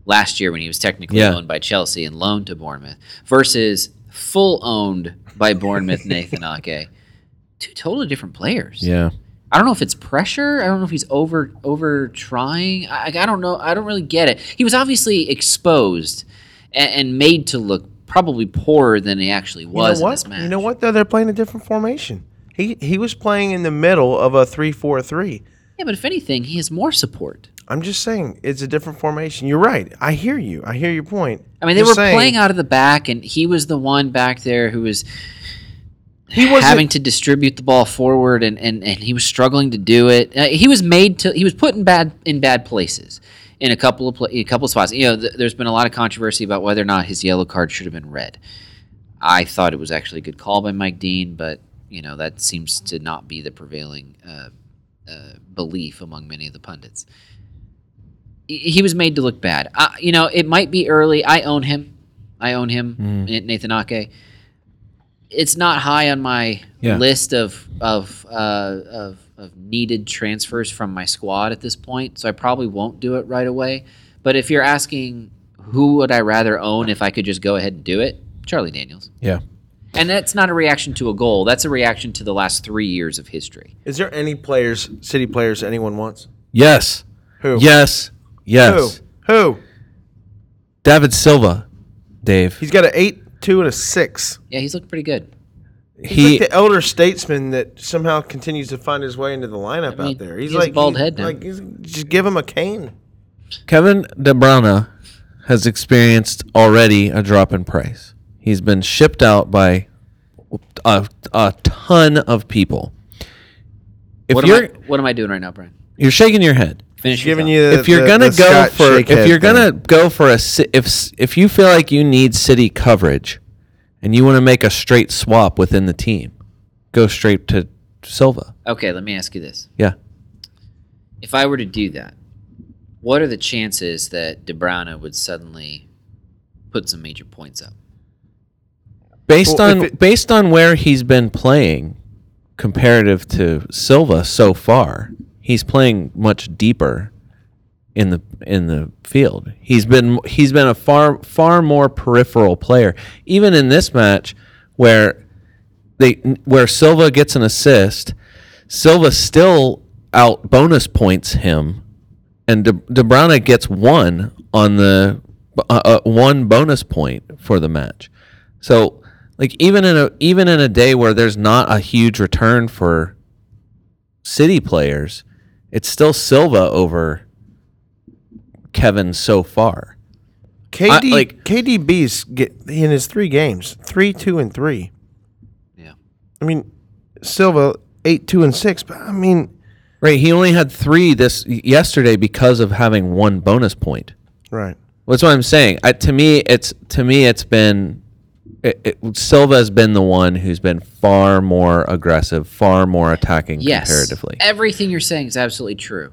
last year when he was technically Yeah. owned by Chelsea and loaned to Bournemouth, versus full owned by Bournemouth, Nathan Ake. Two totally different players. Yeah. I don't know if it's pressure. I don't know if he's over over trying. I, I don't know. I don't really get it. He was obviously exposed and, and made to look probably poorer than he actually was you know what? in this match. You know what though? They're playing a different formation. He he was playing in the middle of a three-four-three. Yeah, but if anything, he has more support. I'm just saying it's a different formation. You're right. I hear you. I hear your point. I mean, they Just were saying, playing out of the back, and he was the one back there who was He wasn't- having to distribute the ball forward, and, and, and he was struggling to do it. Uh, he was made to he was put in bad in bad places in a couple of pla a couple of spots. You know, th- there's been a lot of controversy about whether or not his yellow card should have been red. I thought it was actually a good call by Mike Dean, but you know that seems to not be the prevailing uh, uh, belief among many of the pundits. He- He was made to look bad. Uh, you know, it might be early. I own him. I own him, Mm. Nathan Ake. It's not high on my Yeah. list of of, uh, of of needed transfers from my squad at this point, so I probably won't do it right away. But if you're asking who would I rather own if I could just go ahead and do it, Charlie Daniels. Yeah. And that's not a reaction to a goal. That's a reaction to the last three years of history. Is there any players, city players, anyone wants? Yes. Who? Yes. Who? Yes. Who? David Silva, Dave. He's got an eight, two, and a six. Yeah, he's looked pretty good. He's like the elder statesman that somehow continues to find his way into the lineup mean, out there. He's he has a like bald he's- head now. Like he's, just give him a cane. Kevin DeBrana has experienced already a drop in price. He's been shipped out by a, a ton of people. If What am, you're I, what am I doing right now, Brian? you're shaking your head, Finish your Giving thought. you the, if you're the- gonna the go Scott for shake head if you're gonna thing. go for a ci- if s- if you feel like you need city coverage, and you want to make a straight swap within the team, go straight to Silva. Okay, let me ask you this. Yeah, If I were to do that, what are the chances that DeBrana would suddenly put some major points up? based Well, if on it- based on where he's been playing comparative to Silva so far, he's playing much deeper in the in the field. He's been he's been a far far more peripheral player even in this match where they where Silva gets an assist, Silva still out bonus points him and De, DeBrana gets one on the uh, uh, one bonus point for the match. So, like even in a even in a day where there's not a huge return for City players, it's still Silva over Kevin so far. KD, I- like- KDB's get in his three games, three, two, and three. Yeah. I mean, Silva eight, two, and six. But I mean, Right, he only had 3 this yesterday because of having one bonus point. right. Well, That's what I'm saying. I, to me, it's to me, it's been it, it, Silva's been the one who's been far more aggressive, far more attacking Yes. comparatively. Everything you're saying is absolutely true.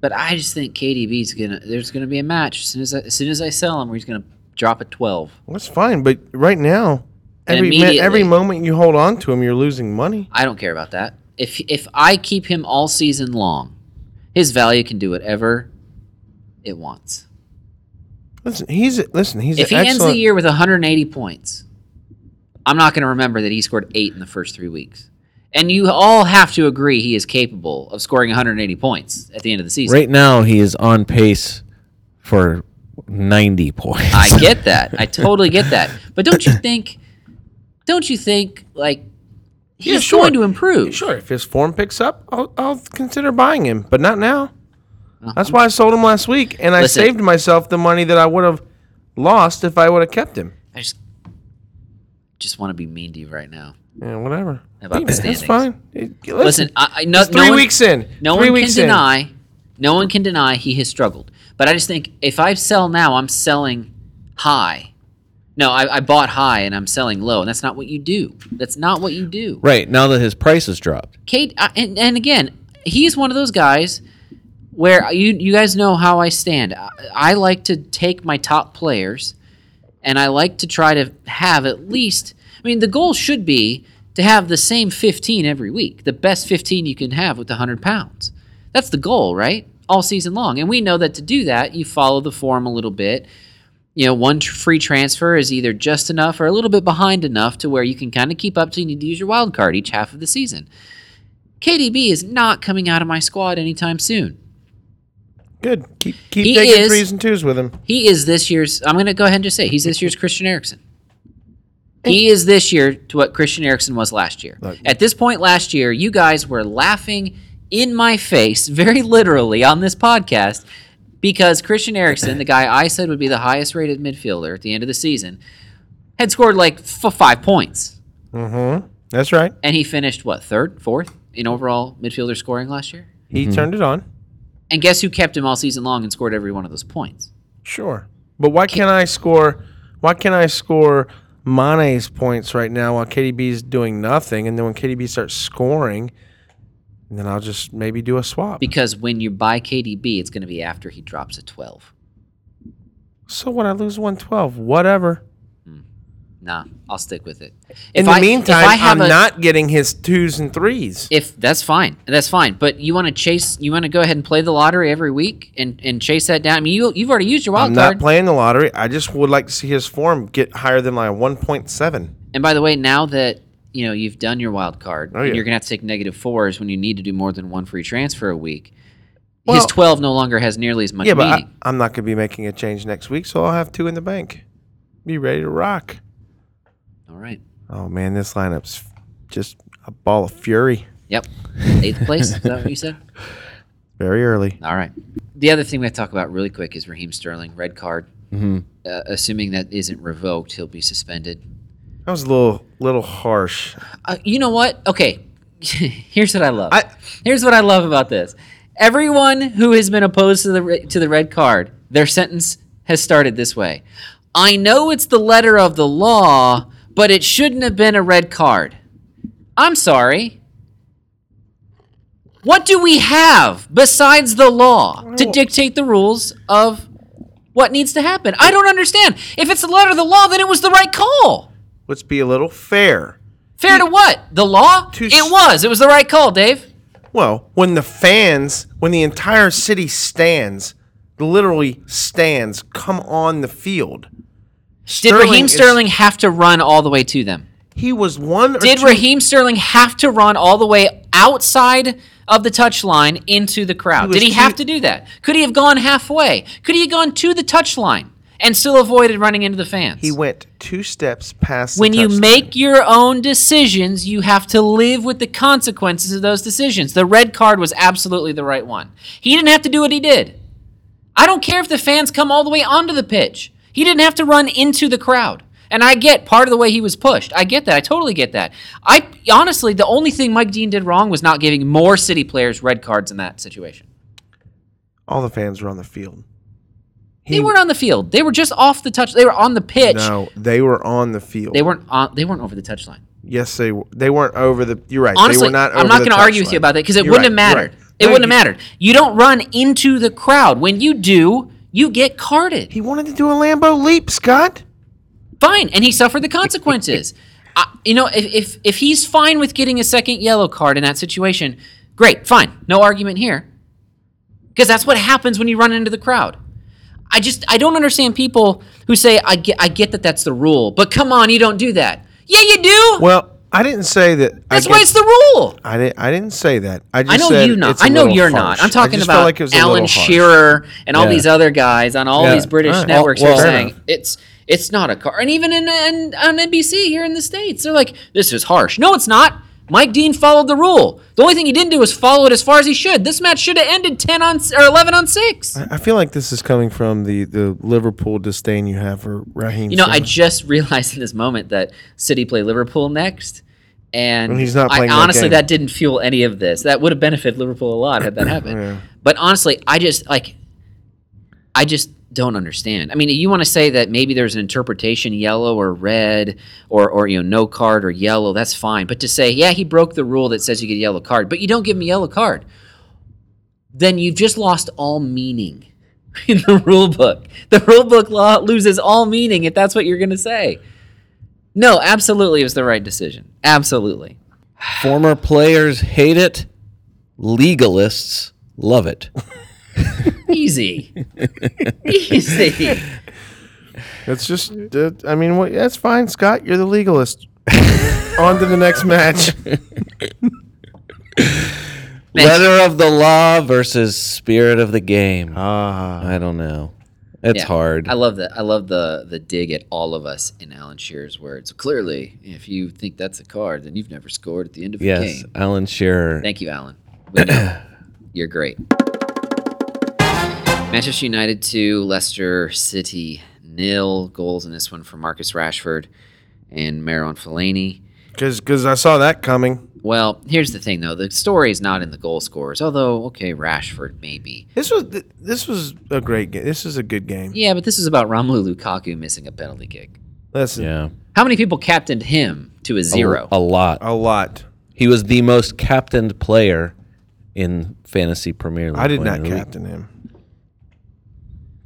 But I just think KDB's gonna. There's gonna be a match as soon as I, as soon as I sell him, where he's gonna drop a twelve. That's fine. But right now, And every mi- every immediately- moment you hold on to him, you're losing money. I don't care about that. If if I keep him all season long, his value can do whatever it wants. Listen, he's a- listen. He's if he an ends the excellent. year with 180 points, I'm not going to remember that he scored eight in the first three weeks. And you all have to agree he is capable of scoring 180 points at the end of the season. Right now, he is on pace for 90 points. I get that. I totally get that. But don't you think? Don't you think like he's Yeah, sure. going to improve? Sure, if his form picks up, I'll, I'll consider buying him, but not now. That's why I sold him last week, and I Uh-huh. Listen. saved myself the money that I would have lost if I would have kept him. I just just want to be mean to you right now. Yeah, whatever. about the That's standings? fine. It- Listen, Listen, I, I no, it's three no one- weeks in. No three one weeks can in. deny. No one can deny he has struggled. But I just think if I sell now, I'm selling high. No, I, I bought high and I'm selling low, and that's not what you do. That's not what you do. Right now that his price has dropped. Kate, I, and, and again, he's one of those guys where you you guys know how I stand. I, I like to take my top players, and I like to try to have at least. I mean, the goal should be to have the same fifteen every week, the best fifteen you can have with hundred pounds. That's the goal, right? All season long, and we know that to do that, you follow the form a little bit you know, one tr- free transfer is either just enough or a little bit behind enough to where you can kind of keep up till you need to use your wild card each half of the season. KDB is not coming out of my squad anytime soon. Good. Keep keep He taking is- threes and twos with him. He is this year's. I'm going to go ahead and just say he's this year's Christian Erickson. He is this year to what Christian Erickson was last year. Look. At this point last year, you guys were laughing in my face, very literally, on this podcast because Christian Erickson, the guy I said would be the highest rated midfielder at the end of the season, had scored like f- five points. Mm-hmm. That's right. And he finished, what, third, fourth in overall midfielder scoring last year? He turned it on. And guess who kept him all season long and scored every one of those points? Sure. But why can't I score? Why can't I score Mane's points right now while KDB is doing nothing? And then when KDB starts scoring, then I'll just maybe do a swap. Because when you buy KDB, it's going to be after he drops a 12. so what? I lose one twelve. Whatever. nah, I'll stick with it. In If the I- if meantime, I have I'm a- not getting his twos and threes. If that's fine, that's fine. But you want to chase? You want to go ahead and play the lottery every week and, and chase that down? I mean, you you've already used your wild I'm card. not playing the lottery. I just would like to see his form get higher than like 1.7. and by the way, now that you know you've done your wild card, Oh, and yeah. you're gonna have to take negative fours when you need to do more than one free transfer a week. Well- His twelve no longer has nearly as much Yeah, but I, meaning. I'm not going to be making a change next week, so I'll have two in the bank. Be ready to rock. All right. Oh man, this lineup's just a ball of fury. Yep. Eighth place. Is that what you said? Very early. All right. The other thing we have to talk about really quick is Raheem Sterling, red card. hmm Uh, assuming that isn't revoked, he'll be suspended. That was a little little harsh. Uh, you know what? Okay. Here's what I love. I- Here's what I love about this. Everyone who has been opposed to the re- to the red card, their sentence has started this way. I know it's the letter of the law, but it shouldn't have been a red card. I'm sorry. What do we have besides the law to dictate the rules of what needs to happen? I don't understand. If it's the letter of the law, then it was the right call. Let's be a little fair. Fair to what? The law? To s- It was. It was the right call, Dave. Well, when the fans, when the entire city stands, literally stands, come on the field. Did Raheem is- Sterling have to run all the way to them? He was one. Or Did two- Raheem Sterling have to run all the way outside of the touchline into the crowd? was Did he two- have to do that? Could he have gone halfway? Could he have gone to the touchline and still avoided running into the fans? He went two steps past. the when you touchline. make your own decisions, you have to live with the consequences of those decisions. The red card was absolutely the right one. He didn't have to do what he did. I don't care if the fans come all the way onto the pitch. He didn't have to run into the crowd. And I get part of the way he was pushed. I get that. I totally get that. I honestly, the only thing Mike Dean did wrong was not giving more city players red cards in that situation. all the fans were on the field. they weren't on the field. They were just off the touch. They were on the pitch. No, they were on the field. They weren't on. They weren't over the touchline. Yes, they were. They weren't over the. You're right. Honestly, they were not I'm over not the going to argue touchline. with you about that because it You're wouldn't right, have mattered. you're right. It No, wouldn't have you- mattered. You don't run into the crowd. When you do, you get carded. He wanted to do a Lambo leap, Scott. fine, and he suffered the consequences. I, you know, if, if if he's fine with getting a second yellow card in that situation, great, fine, no argument here, because that's what happens when you run into the crowd. I just I don't understand people who say I get I get that that's the rule, but come on, you don't do that. Yeah, you do. Well, I didn't say that. that's I why get- it's the rule. I didn't. I didn't say that. I just. I know said you not. it's a I know little you're harsh. not. I'm I talking just about felt like it was a little Alan harsh. Shearer and all Yeah. these other guys on all Yeah. these British All right. networks Well, are fair saying enough. it's it's not a car. And even in, in on NBC here in the states, they're like, this is harsh. No, it's not. Mike Dean followed the rule. The only thing he didn't do was follow it as far as he should. This match should have ended ten on s- or eleven on six. I feel like this is coming from the the Liverpool disdain you have for Raheem. You know, I Sterling. just realized in this moment that City play Liverpool next. And, And he's not I, playing that honestly, game. that didn't fuel any of this. That would have benefited Liverpool a lot had that happened. But honestly, I just like, I just don't understand. I mean, you want to say that maybe there's an interpretation, yellow or red, or or you know, no card or yellow. That's fine. But to say, yeah, he broke the rule that says you get a yellow card, but you don't give him a yellow card, then you've just lost all meaning in the rule book. The rule book law loses all meaning if that's what you're going to say. No, absolutely, it was the right decision. Absolutely. Former players hate it. Legalists love it. Easy. Easy. It's just. that- I mean, what, that's fine, Scott. You're the legalist. On to the next match. Letter of the law versus spirit of the game. Ah, I don't know. Uh-huh. It's Yeah. hard. I love that. I love the the dig at all of us in Alan Shearer's words. Clearly, if you think that's a card, then you've never scored at the end of a yes, game. Alan Shearer. Thank you, Alan. We know. You're great. Manchester United 2, Leicester City nil. Goals in this one for Marcus Rashford and Marouane Fellaini. because I saw that coming. Well, here's the thing, though. The story is not in the goal scorers, although, okay, Rashford, maybe. This was th- this was a great game. This is a good game. Yeah, but this is about Romelu Lukaku missing a penalty kick. Listen, Yeah. How many people captained him to a zero? A lot. a lot. He was the most captained player in fantasy Premier League. I did winner not of the week. captain him,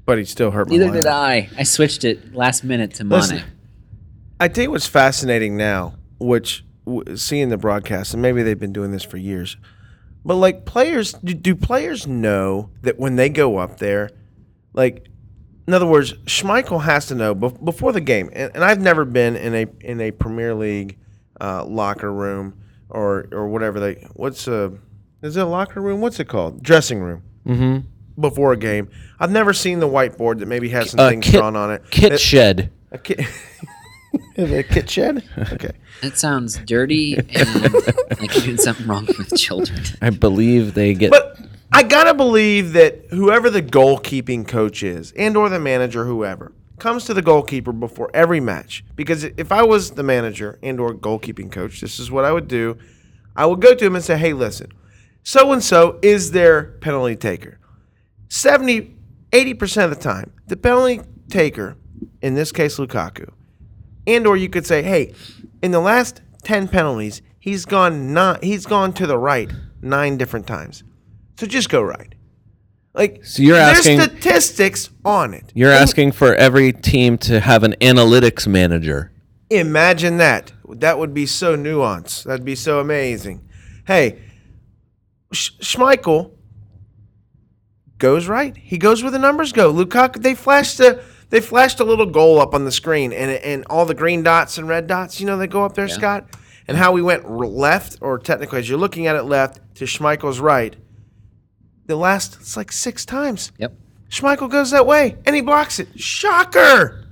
but he still hurt my. Neither lineup. did I. I switched it last minute to Mane. Listen, I tell you what's fascinating now, which w- seeing the broadcast, and maybe they've been doing this for years, but like players, do, do players know that when they go up there, like, in other words, Schmeichel has to know bef- before the game, and, and I've never been in a in a Premier League uh, locker room or or whatever they what's a is it a locker room? What's it called? Dressing room. Mm-hmm. Before a game, I've never seen the whiteboard that maybe has some Uh, things kit- drawn on it. Kit that- shed. a kit. the kit shed. Okay. That sounds dirty and like you're doing something wrong with children. I believe they get. But I gotta believe that whoever the goalkeeping coach is, and or the manager, whoever comes to the goalkeeper before every match, because if I was the manager and or goalkeeping coach, this is what I would do. I would go to him and say, "Hey, listen, so and so is their penalty taker. 70, 80 percent of the time, the penalty taker, in this case, Lukaku, and or you could say, hey, in the last ten penalties, he's gone not he's gone to the right nine different times. So just go right. Like So you're there's asking- statistics on it. You're asking for every team to have an analytics manager. Imagine that. That would be so nuanced. That'd be so amazing. Hey, Sh- Schmeichel goes right. He goes where the numbers go. Lukaku. They flashed a they flashed a little goal up on the screen, and and all the green dots and red dots. You know they go up there, Scott. And how we went r- left, or technically as you're looking at it left to Schmeichel's right. The last it's like six times. Yep. Schmeichel goes that way, and he blocks it. Shocker!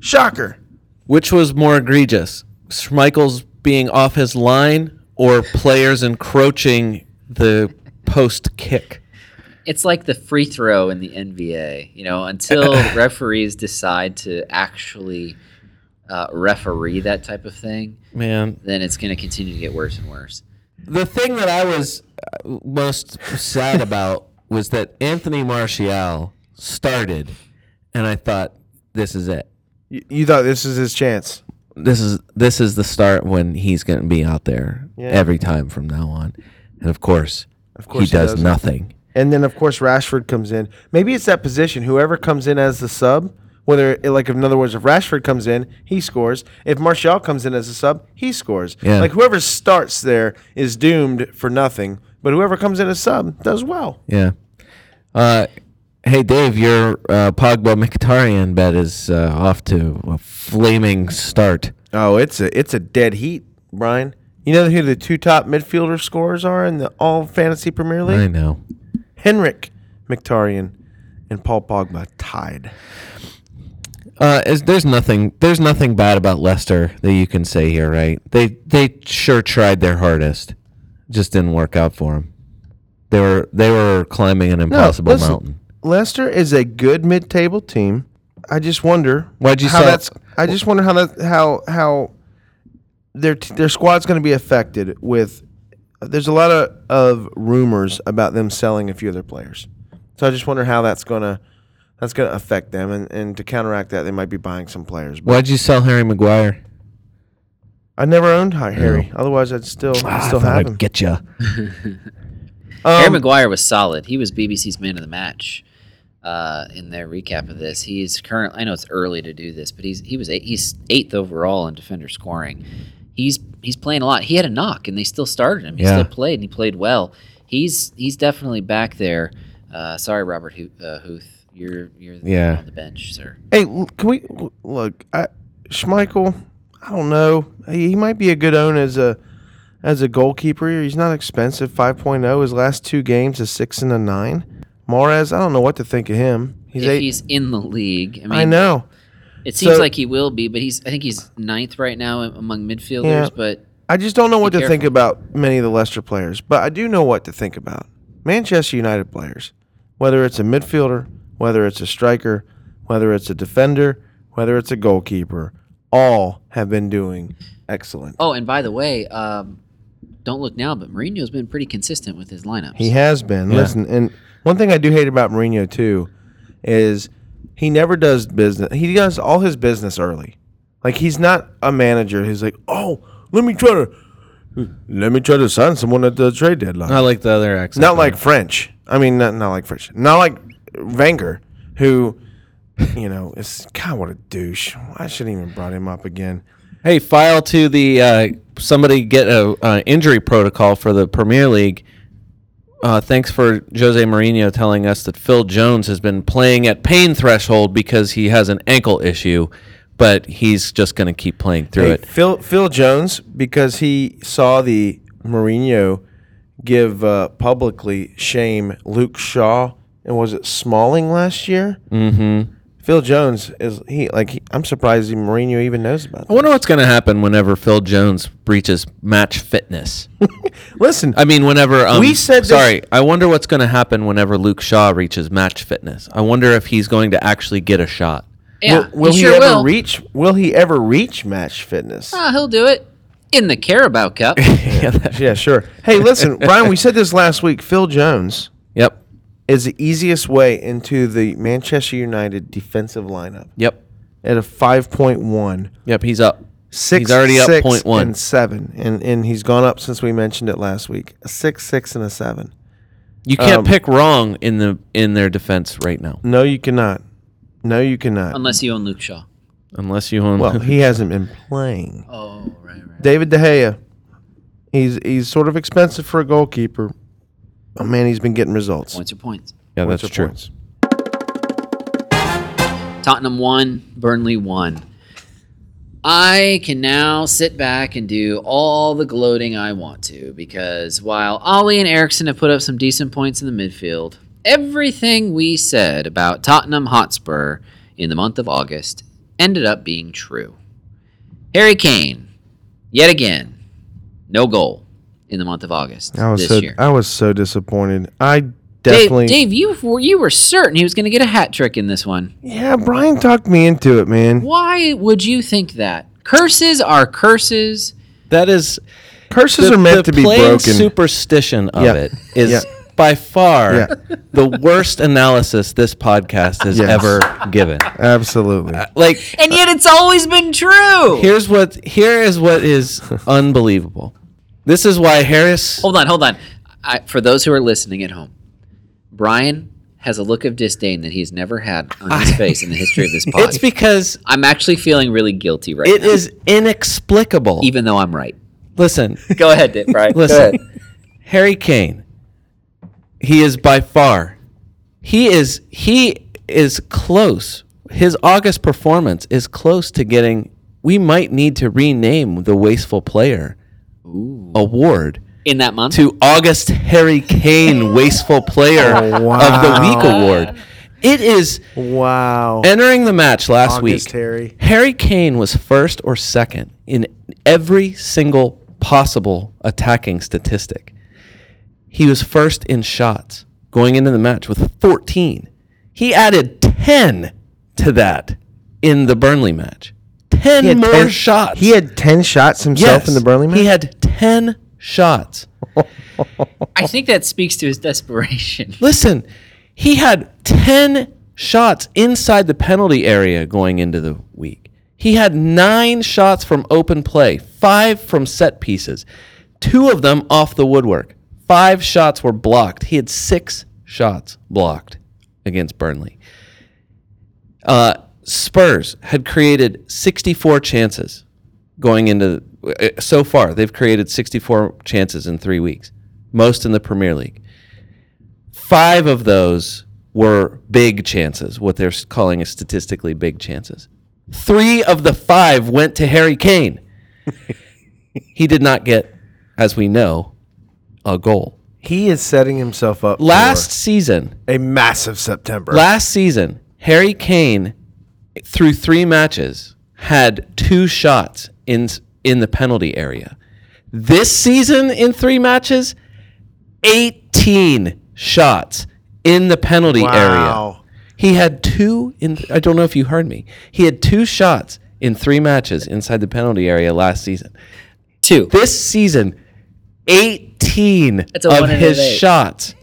Shocker! Which was more egregious, Schmeichel's being off his line or players encroaching the post kick? It's like the free throw in the NBA. You know, until referees decide to actually uh, referee that type of thing, Man, then it's going to continue to get worse and worse. the thing that I was uh, most sad about was that Anthony Martial started, and I thought, this is it. You, you thought this is his chance. This is this is the start when he's going to be out there every time from now on, and of course, course he he does does. nothing. And then, of course, Rashford comes in. Maybe it's that position. Whoever comes in as the sub, whether, like, in other words, if Rashford comes in, he scores. If Martial comes in as a sub, he scores. Yeah. Like, whoever starts there is doomed for nothing. But whoever comes in as sub does well. Yeah. Uh, hey, Dave, your uh, Pogba Mkhitaryan bet is uh, off to a flaming start. Oh, it's a it's a dead heat, Brian. You know who the two top midfielder scorers are in the All Fantasy Premier League? I know. Henrik Mkhitaryan and Paul Pogba tied. Uh, is, there's nothing. There's nothing bad about Leicester that you can say here, right? They they sure tried their hardest, just didn't work out for them. They were they were climbing an impossible listen. mountain. Leicester is a good mid-table team. I just wonder Why'd you how sell- that's. I just wonder how that how how their t- their squad's going to be affected with. There's a lot of, of rumors about them selling a few of their players, so I just wonder how that's gonna that's gonna affect them. And, and to counteract that, they might be buying some players. But Why'd you sell Harry Maguire? I never owned Hi- Harry, otherwise I'd still Ah, Ah, I'd still have him. Um, get you. Um, Harry Maguire was solid. He was BBC's man of the match. Uh, in their recap of this, he is current. I know it's early to do this, but he's he was eight, he's eighth overall in defender scoring. He's he's playing a lot. He had a knock, and they still started him. He Yeah. still played, and he played well. He's he's definitely back there. Uh, sorry, Robert Huth, uh, Huth. you're you're Yeah. on the bench, sir. Hey, l- can we l- look? I, Schmeichel, I don't know. He, he might be a good own as a as a goalkeeper. He's not expensive. 5.0 his last two games a six and a nine. Mares, I don't know what to think of him. He's if eight. he's in the league, I mean, I know. it seems So- like he will be, but he's I think he's ninth right now um, among midfielders. Yeah. But I just don't know what to Be think about many of the Leicester players, but I do know what to think about Manchester United players. Whether it's a midfielder, whether it's a striker, whether it's a defender, whether it's a goalkeeper, all have been doing excellent. Oh, and by the way, um, don't look now, but Mourinho's been pretty consistent with his lineups. He has been. Listen, and one thing I do hate about Mourinho too is he never does business. He does all his business early. Like he's not a manager who's like, "Oh, let me try to let me try to sign someone at the trade deadline." Not like the other accent. not like French. I mean, not not like French. Not like Wenger, who you know is God. What a douche! I shouldn't even brought him up again. Hey, file to the uh, somebody get a uh, injury protocol for the Premier League. Uh, thanks for Jose Mourinho telling us that Phil Jones has been playing at pain threshold because he has an ankle issue, but he's just going to keep playing through Hey, it. Phil Phil Jones because he saw the Mourinho give uh, publicly shame Luke Shaw and was it Smalling last year? Mm-hmm. Phil Jones is he like he, I'm surprised he, Mourinho even knows about. I That. wonder what's going to happen whenever Phil Jones breaches match fitness. Listen, Uh, I mean, whenever um, We said this- sorry. I wonder what's going to happen whenever Luke Shaw reaches match fitness. I wonder if he's going to actually get a shot. Yeah, will, will he he, sure ever will. reach? Will he ever reach match fitness? Ah, he'll do it in the Carabao Cup. yeah, sure. Hey, listen, Brian, we said this last week. Phil Jones Yep. is the easiest way into the Manchester United defensive lineup Yep. at a five point one. Yep. He's up. Six, He's already up six, point one. and seven, and and he's gone up since we mentioned it last week. A six, six, and a seven. You can't Um, pick wrong in the in their defense right now, No, you cannot. No, you cannot. Unless you own Luke Shaw. unless you own. well, he hasn't been playing. Oh, right, right. David De Gea, he's he's sort of expensive for a goalkeeper. Oh man, he's been getting results. Points are points. yeah, Points that's are true. points. Tottenham won, Burnley won. I can now sit back and do all the gloating I want to because while Ollie and Erickson have put up some decent points in the midfield, everything we said about Tottenham Hotspur in the month of August ended up being true. Harry Kane, yet again, no goal in the month of August I was this so year. I was so disappointed. I Dave- definitely Dave, you were you were certain he was going to get a hat trick in this one. yeah. Brian talked me into it, man. Why would you think that? Curses are curses. That is Curses are meant to be plain broken. Superstition of Yeah. it is Yeah. by far Yeah. the worst analysis this podcast has Yes. ever given. Absolutely. Like And yet it's always been true. here's what here is what is unbelievable. This is why Harris hold on, hold on. I, for those who are listening at home, Brian has a look of disdain that he's never had on his face in the history of this it's podcast. because I'm actually feeling really guilty right it now, is inexplicable. even though I'm right. Listen, Go ahead, Dave, Brian. Go ahead. Listen, Harry Kane. He is by far. He is he is close. His August performance is close to getting. We might need to rename the wasteful player award In that month, to August Harry Kane Wasteful Player of the Week award. It is Wow. entering the match last August week. Harry. Harry Kane was first or second in every single possible attacking statistic. He was first in shots going into the match with 14. He added 10 to that in the Burnley match. 10 had more 10 shots. He had ten shots himself in the Burnley match. He had 10 shots. I think that speaks to his desperation. Listen, he had 10 shots inside the penalty area going into the week. He had nine shots from open play, five from set pieces, two of them off the woodwork. Five shots were blocked. He had six shots blocked against Burnley. Uh, Spurs had created 64 chances going into uh, so far. They've created 64 chances in three weeks, most in the Premier League five of those were big chances, what they're calling as statistically big chances. Three of the five went to Harry Kane. he did not get, as we know, a goal. He is setting himself up Last season, for a massive September. last season, Harry Kane, through three matches, had two shots in in the penalty area. This season, in three matches, eighteen shots in the penalty area. wow. He had two in I don't know if you heard me. He had two shots in three matches inside the penalty area last season. Two. This season, 18 That's a of one in his an eight. shots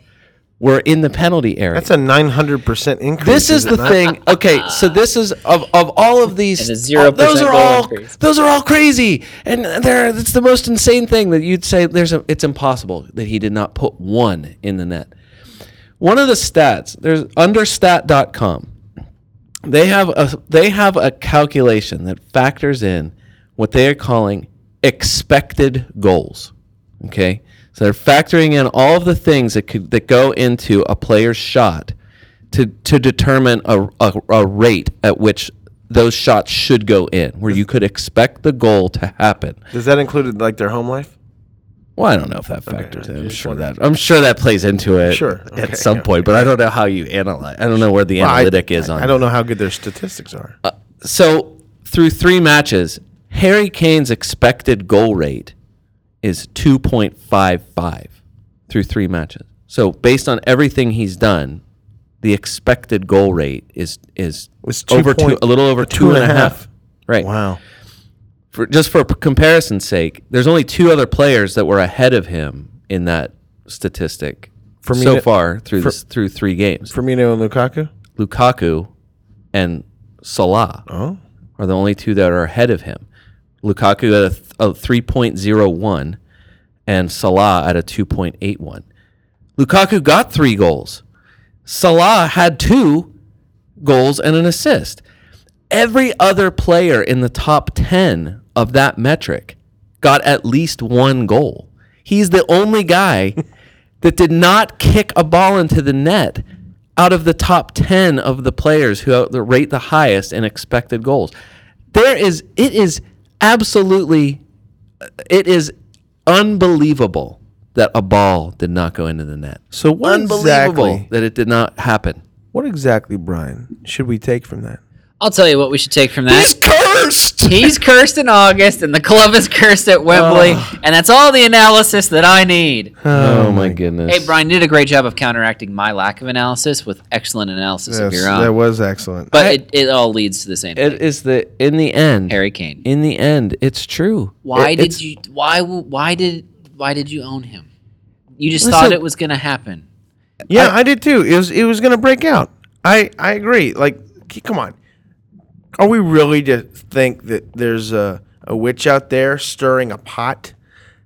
were in the penalty area. That's a nine hundred percent increase. this is it the not? thing. Okay, so this is of of all of these uh, And a 0% those are goal all increase. those are all crazy. And they're it's the most insane thing that you'd say there's a, it's impossible that he did not put one in the net. One of the stats, there's understat.com. They have a they have a calculation that factors in what they are calling expected goals. Okay, so they're factoring in all of the things that could that go into a player's shot to to determine a, a, a rate at which those shots should go in, where you could expect the goal to happen. Does that include like their home life? Well, I don't know if that factors in. I'm sure that I'm sure that plays into it Sure. Okay, at some yeah, point, but I don't know how you analyze. I don't know where the Well, I- analytic is on. Uh, I don't know how good their statistics are. that. So through three matches, Harry Kane's expected goal rate is 2.55 through three matches. So based on everything he's done, the expected goal rate is is Was two over point- two, a little over two two and a half. and a half. Right wow. for, just for p- comparison's sake, there's only two other players that were ahead of him in that statistic me so to- far through this, through three games. Firmino and Lukaku. Lukaku and Salah Oh, are the only two that are ahead of him. Lukaku at a, th- a 3.01 and Salah at a 2.81. Lukaku got three goals. Salah had two goals and an assist. Every other player in the top 10 of that metric got at least one goal. He's the only guy that did not kick a ball into the net out of the top 10 of the players who out- that rate the highest in expected goals. There is, it is absolutely, uh, it is unbelievable that a ball did not go into the net. so what Unbelievable exactly? that it did not happen. What exactly, Brian? Should we take from that? I'll tell you what we should take from that. cursed. He's cursed in August, and the club is cursed at Wembley, and that's all the analysis that I need. Oh, my goodness. Hey, Brian, you did a great job of counteracting my lack of analysis with excellent analysis of your that own. was excellent. But it, it all leads to the same thing. It is the in the end. Harry Kane. In the end, it's true. Why It- did it's- you? Why? w- Why did? Why did you own him? You just Listen- thought it was going to happen. yeah, I, did too. It was it was gonna break out. I I agree. Like, c- come on, are we really to think that there's a a witch out there stirring a pot,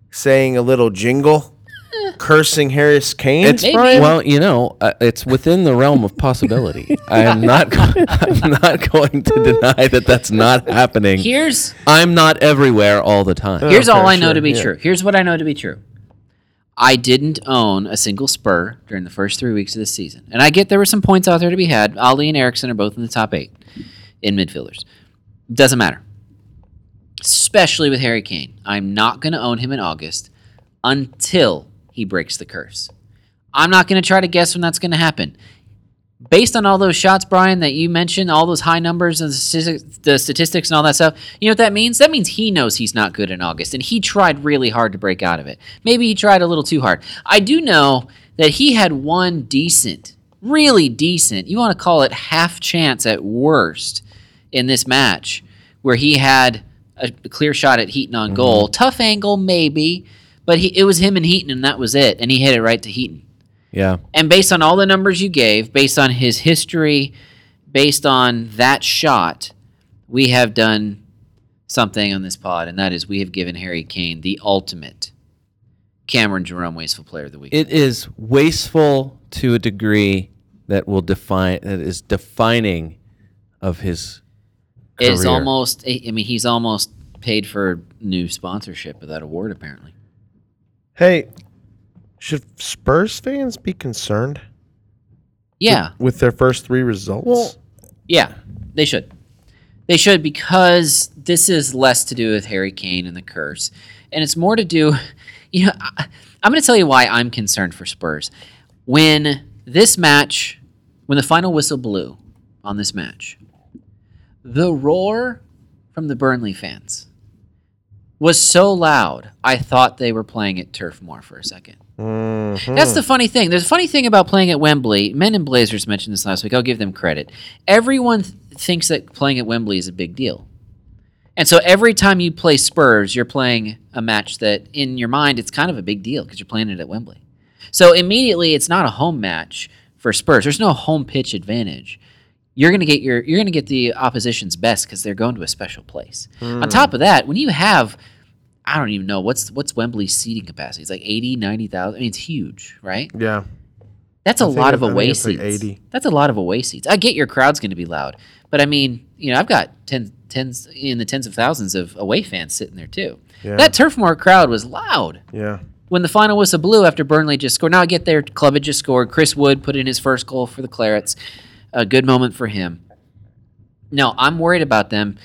saying a little jingle, cursing Harris Kane? It's Maybe. Brian. Well, you know, uh, it's within the realm of possibility. I am not. Go- I'm not going to deny that that's not happening. Here's I'm not everywhere all the time. here's all okay, I know sure, to be yeah. true. Here's what I know to be true. I didn't own a single Spur during the first three weeks of this season, and I get there were some points out there to be had. Ali and Erickson are both in the top eight in midfielders. Doesn't matter, especially with Harry Kane. I'm not going to own him in August until he breaks the curse. I'm not going to try to guess when that's going to happen. Based on all those shots, Brian, that you mentioned, all those high numbers and the statistics, the statistics and all that stuff, you know what that means? That means he knows he's not good in August, and he tried really hard to break out of it. Maybe he tried a little too hard. I do know that he had one decent, really decent, you want to call it half chance at worst in this match, where he had a clear shot at Heaton on goal. Tough angle, maybe, but he, it was him and Heaton, and that was it, and he hit it right to Heaton. Yeah. And based on all the numbers you gave, based on his history, based on that shot, we have done something on this pod, and that is we have given Harry Kane the ultimate Cameron Jerome Wasteful Player of the Week. It is wasteful to a degree that will define that is defining of his. it is career. almost, I I mean, he's almost paid for a new sponsorship of that award, apparently. hey, should Spurs fans be concerned Yeah. with their first three results? Yeah, they should. They should because this is less to do with Harry Kane and the curse, and it's more to do. You know, I, I'm going to tell you why I'm concerned for Spurs. When this match, when the final whistle blew on this match, the roar from the Burnley fans was so loud, I thought they were playing at Turf Moor for a second. That's the funny thing. There's a funny thing about playing at Wembley. Men in Blazers mentioned this last week. I'll give them credit. Everyone th- thinks that playing at Wembley is a big deal. And so every time you play Spurs, you're playing a match that in your mind it's kind of a big deal because you're playing it at Wembley. So immediately it's not a home match for Spurs. There's no home pitch advantage. You're going to get your you're going to get the opposition's best cuz they're going to a special place. On top of that, when you have I don't even know what's what's Wembley's seating capacity. It's like 80, 90,000. I mean it's huge, right? yeah. That's a think lot I- of I think I away put seats. 80. That's a lot of away seats. I get your crowd's going to be loud, but I mean, you know, I've got ten, tens in the tens of thousands of away fans sitting there too. Yeah. That Turf Moor crowd was loud Yeah. when the final whistle blew after Burnley just scored. Now I get there, club had just scored. Chris Wood put in his first goal for the Clarets. A good moment for him. No, I'm worried about them.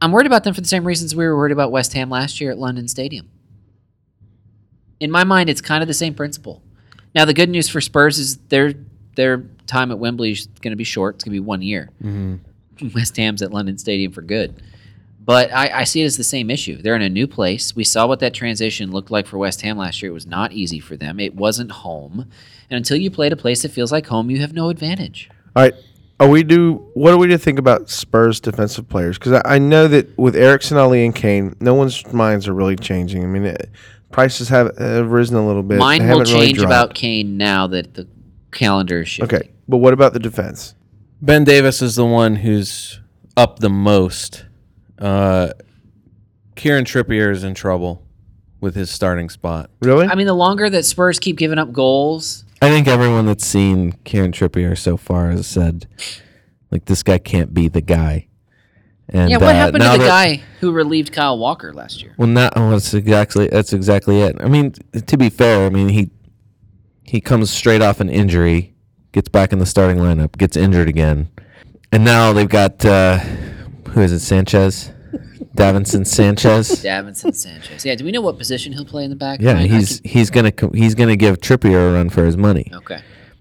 I'm worried about them for the same reasons we were worried about West Ham last year at London Stadium. In my mind, it's kind of the same principle. Now the good news for Spurs is their their time at Wembley is going to be short. It's going to be one year. West Ham's at London Stadium for good. But I, I see it as the same issue. They're in a new place. We saw what that transition looked like for West Ham last year. It was not easy for them. It wasn't home. And until you play at a place that feels like home, you have no advantage. All right. Are we do what are we to think about Spurs defensive players? Because I, I know that with Erickson, Ali, and Kane, no one's minds are really changing. I mean, it, prices have, have risen a little bit. Mine They will haven't really change dropped. about Kane now that the calendar is shifting. Okay, but what about the defense? Ben Davis is the one who's up the most. Uh, Kieran Trippier is in trouble with his starting spot. Really? I mean, the longer that Spurs keep giving up goals, I think everyone that's seen Kieran Trippier so far has said, like, this guy can't be the guy. And, yeah, what uh, happened now to the that- guy who relieved Kyle Walker last year? Well, not oh, that's exactly that's exactly it. I mean, to be fair, I mean he he comes straight off an injury, gets back in the starting lineup, gets injured again, and now they've got uh, who is it? Sanchez, Davinson Sanchez. Davinson Sanchez. Yeah, do we know what position he'll play in the back? Yeah, I- I he's he's gonna co- he's gonna give Trippier a run for his money. can- okay.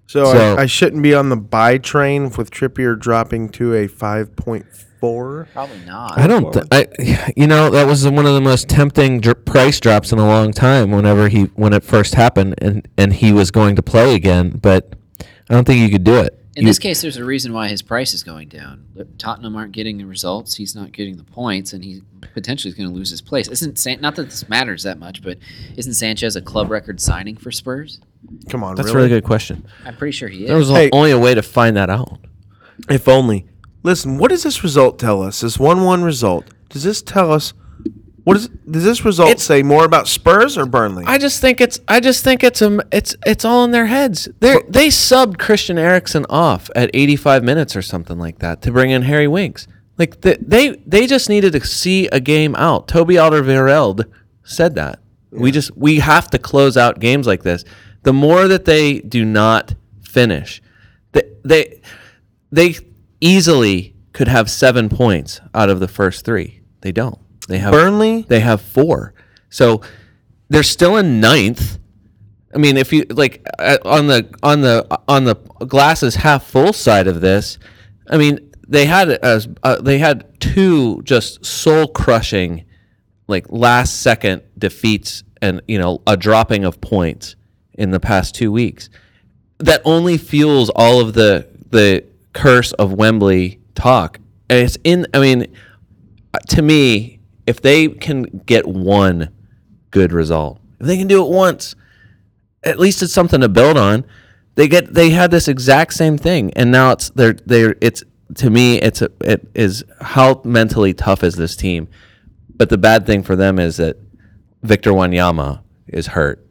so so- I, I shouldn't be on the buy train with Trippier dropping to a five point four. Probably not. I don't. Th- I, you know, that was one of the most tempting dr- price drops in a long time. Whenever he, when it first happened, and and he was going to play again, but I don't think you could do it. In You- this case, there's a reason why his price is going down. Tottenham aren't getting the results. He's not getting the points, and he potentially is going to lose his place. Isn't San- not that this matters that much, but isn't Sanchez a club record signing for Spurs? Come on, That's a really? really good question. I'm pretty sure he is. There was Hey. only a way to find that out. If only. Listen, what does this result tell us? This one-one result. Does this tell us? What is? Does this result It's- say more about Spurs or Burnley? I just think it's I just think it's um it's it's all in their heads. They are they subbed Christian Eriksen off at 85 minutes or something like that to bring in Harry Winks. Like the, they they just needed to see a game out. Toby Alderweireld said that. We just we have to close out games like this. The more that they do not finish, they they, they easily could have 7 points out of the first 3. They don't. They have Burnley. they have four. So they're still in ninth. I mean, if you like uh, on the on the on the glasses half full side of this, I mean, they had a, uh, they had two just soul crushing, like last second defeats and you know a dropping of points in the past two weeks. That only fuels all of the the curse of Wembley talk. And it's in. I mean, to me, if they can get one good result, if they can do it once, at least it's something to build on. They get they had this exact same thing, and now it's they're they're it's to me it's a, it is how mentally tough is this team, but the bad thing for them is that Victor Wanyama is hurt.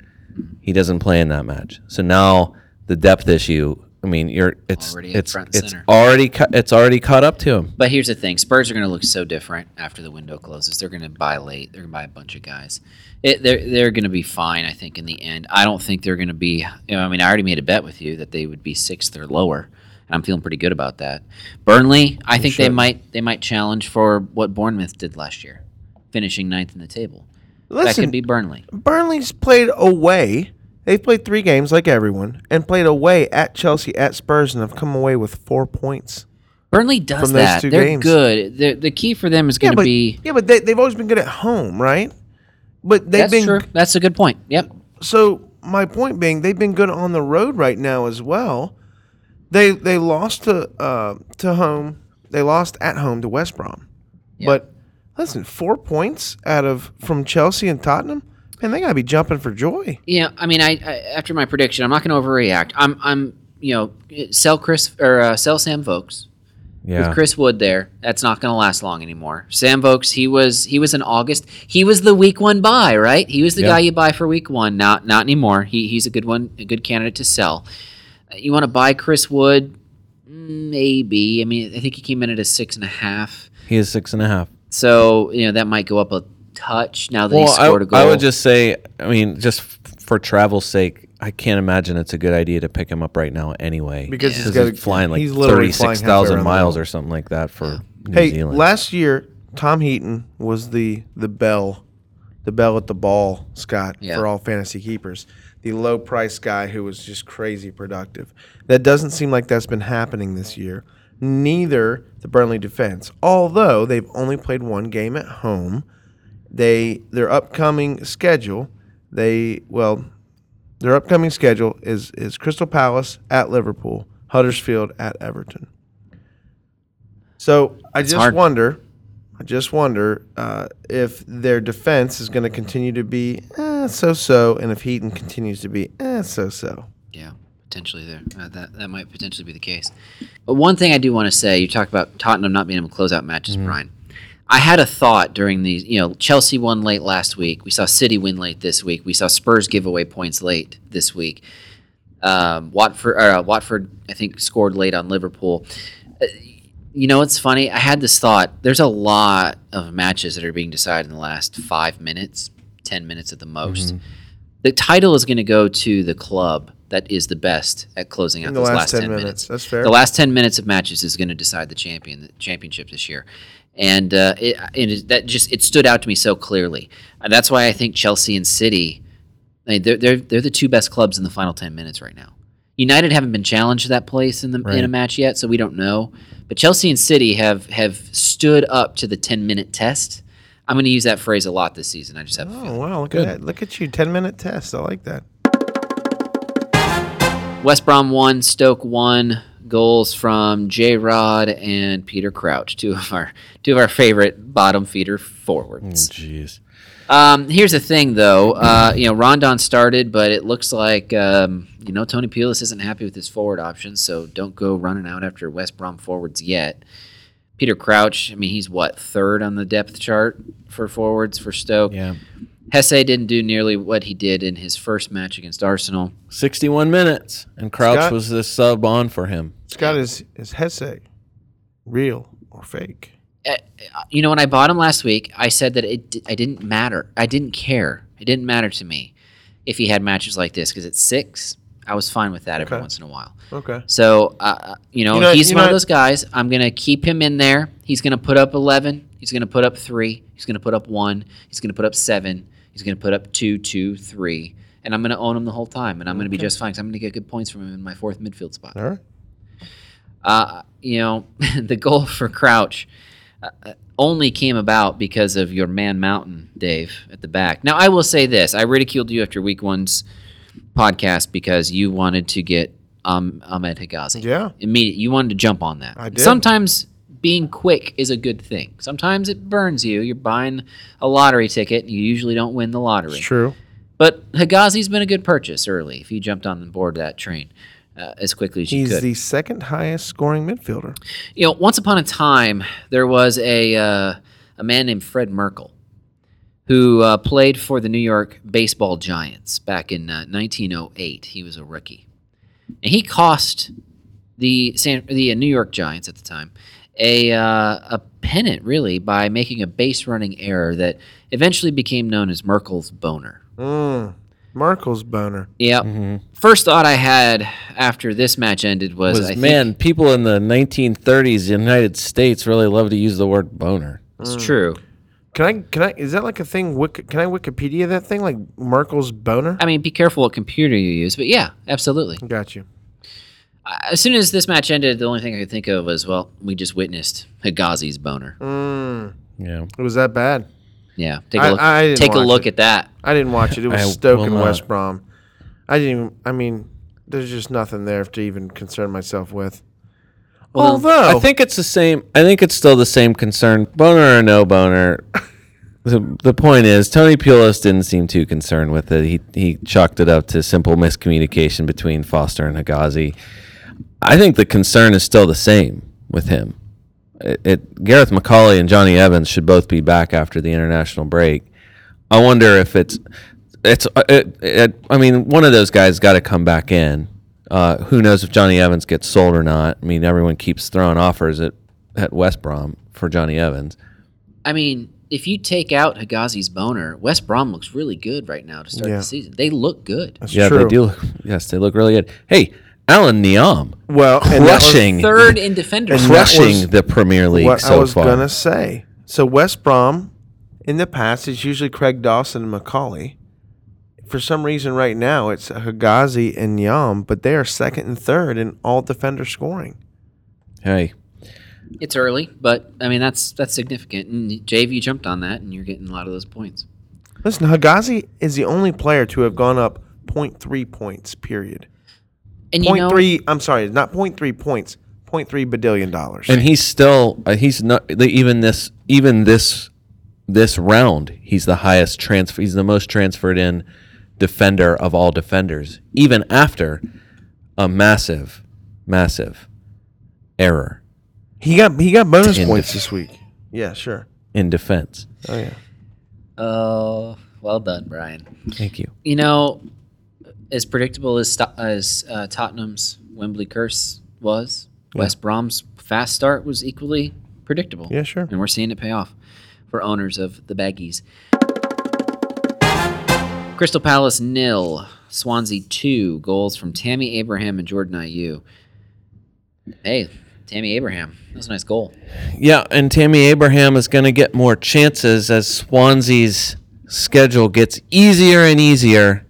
He doesn't play in that match, so now the depth issue. I mean, you're it's Already up it's front and it's center. already cu- it's already caught up to him. But here's the thing: Spurs are going to look so different after the window closes. They're going to buy late. They're going to buy a bunch of guys. It, they're they're going to be fine, I think, in the end. I don't think they're going to be. You know, I mean, I already made a bet with you that they would be sixth or lower, and I'm feeling pretty good about that. Burnley, I think they might they might challenge for what Bournemouth did last year, finishing ninth in the table. that Listen, could be Burnley. Burnley's played away. They've played three games like everyone and played away at Chelsea, at Spurs, and have come away with four points. Burnley does From those that. two They're games. good. The the key for them is going yeah, to but, be. yeah, but they, they've always been good at home, right? But they've That's been true. That's a good point. Yep. so. My point being, they've been good on the road right now as well. They they lost to uh, to home. They lost at home to West Brom. Yeah. But listen, four points out of from Chelsea and Tottenham, man, they gotta be jumping for joy. Yeah, I mean, I, I after my prediction, I'm not going to overreact. I'm, I'm, you know, sell Chris or uh, sell Sam Vokes Yeah, with Chris Wood there. That's not going to last long anymore. Sam Vokes, he was, he was in August. He was the week one buy, right? He was the Yeah. guy you buy for week one. Not, not anymore. He, he's a good one, a good candidate to sell. You want to buy Chris Wood? Maybe. I mean, I think he came in at a six and a half. He is six and a half. So you know that might go up a touch now that he Well, scored a I, goal. I would just say, I mean, just f- for travel's sake, I can't imagine it's a good idea to pick him up right now anyway. Because he's he's gotta- flying like he's literally flying halfway 36,000 around the miles world. or something like that for New Hey, Zealand. last year Tom Heaton was the the bell, the bell at the ball, Scott, Yeah. for all fantasy keepers. The low price guy who was just crazy productive. That doesn't seem like that's been happening this year. Neither the Burnley defense, although they've only played one game at home. They their upcoming schedule, they well, their upcoming schedule is is Crystal Palace at Liverpool, Huddersfield at Everton. So I just hard. wonder, I just wonder uh, if their defense is going to continue to be eh, so-so, and if Heaton continues to be eh, so-so. Yeah, potentially there. Uh, that that might potentially be the case. But one thing I do want to say, you talk about Tottenham not being able to close out matches, Brian. I had a thought during these. You know, Chelsea won late last week. We saw City win late this week. We saw Spurs give away points late this week. Um, Watford, or, uh, Watford, I think scored late on Liverpool. Uh, You know, it's funny. I had this thought. There's a lot of matches that are being decided in the last five minutes, ten minutes at the most Mm-hmm. the title is going to go to the club that is the best at closing out In the those last last 10 10, minutes. minutes. That's fair. The last 10 minutes of matches is going to decide the champion the championship this year. And uh, it, it is, that just it stood out to me so clearly. And that's why I think Chelsea and City I mean, they're, they're, they're the two best clubs in the final 10 minutes right now. United haven't been challenged to that place in, the, in a match yet, so we don't know. But Chelsea and City have, have stood up to the 10 minute test. I'm going to use that phrase a lot this season. I just have a feeling. Oh wow, look Good. at that! Look at you, ten-minute test. I like that. West Brom one, Stoke one. Goals from J. Rod and Peter Crouch, two of our two of our favorite bottom feeder Mm. forwards. Jeez. Um, here's the thing, though. Uh, you know, Rondon started, but it looks like um, you know Tony Pulis isn't happy with his forward options, so don't go running out after West Brom forwards yet. Peter Crouch, I mean, he's what third on the depth chart for forwards for Stoke. Yeah. Hesse didn't do nearly what he did in his first match against Arsenal. 61 minutes, and Crouch Scott? was the sub on for him. Scott is is Hesse real or fake? Uh, you know, when I bought him last week, I said that it di- I didn't matter. I didn't care. It didn't matter to me if he had matches like this because at six, I was fine with that every Okay. once in a while. Okay. So, uh, you know, You know- he's you one know- of those guys. I'm gonna keep him in there. He's gonna put up eleven. He's gonna put up three. He's gonna put up one. He's gonna put up seven. He's gonna put up two, two, three. And I'm gonna own him the whole time, and I'm gonna be just fine because I'm gonna get good points from him in my fourth midfield spot All right. uh, you know, the goal for Crouch uh, uh, only came about because of your man mountain, Dave, at the back. Now, I will say this I ridiculed you after week one's podcast because you wanted to get um, Ahmed Higazi. Yeah. Immediate, you wanted to jump on that. I did. Sometimes being quick is a good thing. Sometimes it burns you. You're buying a lottery ticket. You usually don't win the lottery. It's true. But Higazi's been a good purchase early if you jumped on board that train uh, as quickly as you He's could. the second highest scoring midfielder. You know, once upon a time, there was a uh, a man named Fred Merkel who uh, played for the New York Baseball Giants back in uh, 1908. He was a rookie, and he cost the San, the uh, New York Giants at the time a uh, a pennant, really, by making a base running error that eventually became known as Merkel's boner. Mm. Merkel's boner. Yeah. First thought I had after this match ended was, I Was, think- man, people in the 1930s, United States, really love to use the word boner. it's true. Can I? Can I? Is that like a thing? Wiki, can I Wikipedia that thing? Like Merkel's boner? I mean, be careful what computer you use, but yeah, absolutely. Got you. As soon as this match ended, the only thing I could think of was, well, we just witnessed Higazi's boner. Mm, Yeah. it was that bad. Yeah, take I- a look, I didn't take a watch look it. at that. I didn't watch it. It was I Stoke will and not. West Brom. I didn't. Even, I mean, there's just nothing there to even concern myself with. Although I think it's the same. I think it's still the same concern, boner or no boner. the, the point is, Tony Pulis didn't seem too concerned with it. He he chalked it up to simple miscommunication between Foster and Higazi. I think the concern is still the same with him. It, it Gareth McCauley and Johnny Evans should both be back after the international break. I uh, wonder if it's it's it, it, I mean one of those guys got to come back in Uh, who knows if Johnny Evans gets sold or not? I mean, everyone keeps throwing offers at, at West Brom for Johnny Evans. I mean, if you take out Higazi's boner, West Brom looks really good right now to start Yeah. the season. They look good. That's yeah, true. they do. Look, yes, they look really good. Hey, Alan Niam, Well, and that was crushing, Third in defenders. And that crushing was the Premier League what so I was far. gonna say. So West Brom, in the past, it's usually Craig Dawson and Macaulay. For some reason, right now it's Higazi and Yam, but they are second and third in all defender scoring. Hey, It's early, but I mean that's that's significant. And JV jumped on that, and you're getting a lot of those points. Listen, Higazi is the only player to have gone up 0.3 points. Period. And you know, 0.3. I'm sorry, not 0.3 points. 0.3 badillion dollars. and he's still uh, he's not even this even this this round he's the highest transfer he's the most transferred in defender of all defenders even after a massive massive error he got he got bonus Ten points def- this week. Yeah, sure. in defense Oh yeah. oh, well done, Brian. thank you You know, as predictable as Sto- as uh, Tottenham's Wembley curse was, West Brom's fast start was equally predictable. Yeah, sure. And we're seeing it pay off for owners of the baggies. Crystal Palace nil, Swansea two goals from Tammy Abraham and Jordan Ayew. Hey, Tammy Abraham, that was a nice goal. yeah and tammy abraham is going to get more chances as swansea's schedule gets easier and easier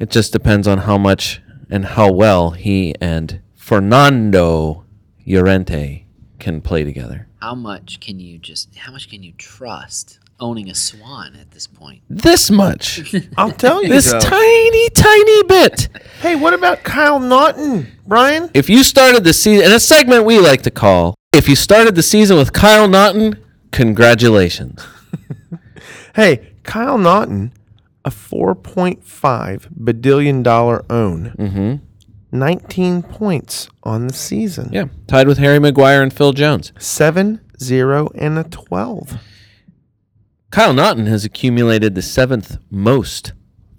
it just depends on how much and how well he and fernando llorente can play together How much can you just? How much can you trust owning a swan at this point? this much I'll tell you. this though. tiny tiny bit Hey, what about Kyle Naughton, Brian? if you started the season in a segment we like to call if you started the season with kyle naughton congratulations Hey, Kyle Naughton, a four point five badillion dollar own, mm-hmm. nineteen points on the season, yeah tied with harry maguire and phil jones seven zero and a twelve. Kyle Naughton has accumulated the seventh most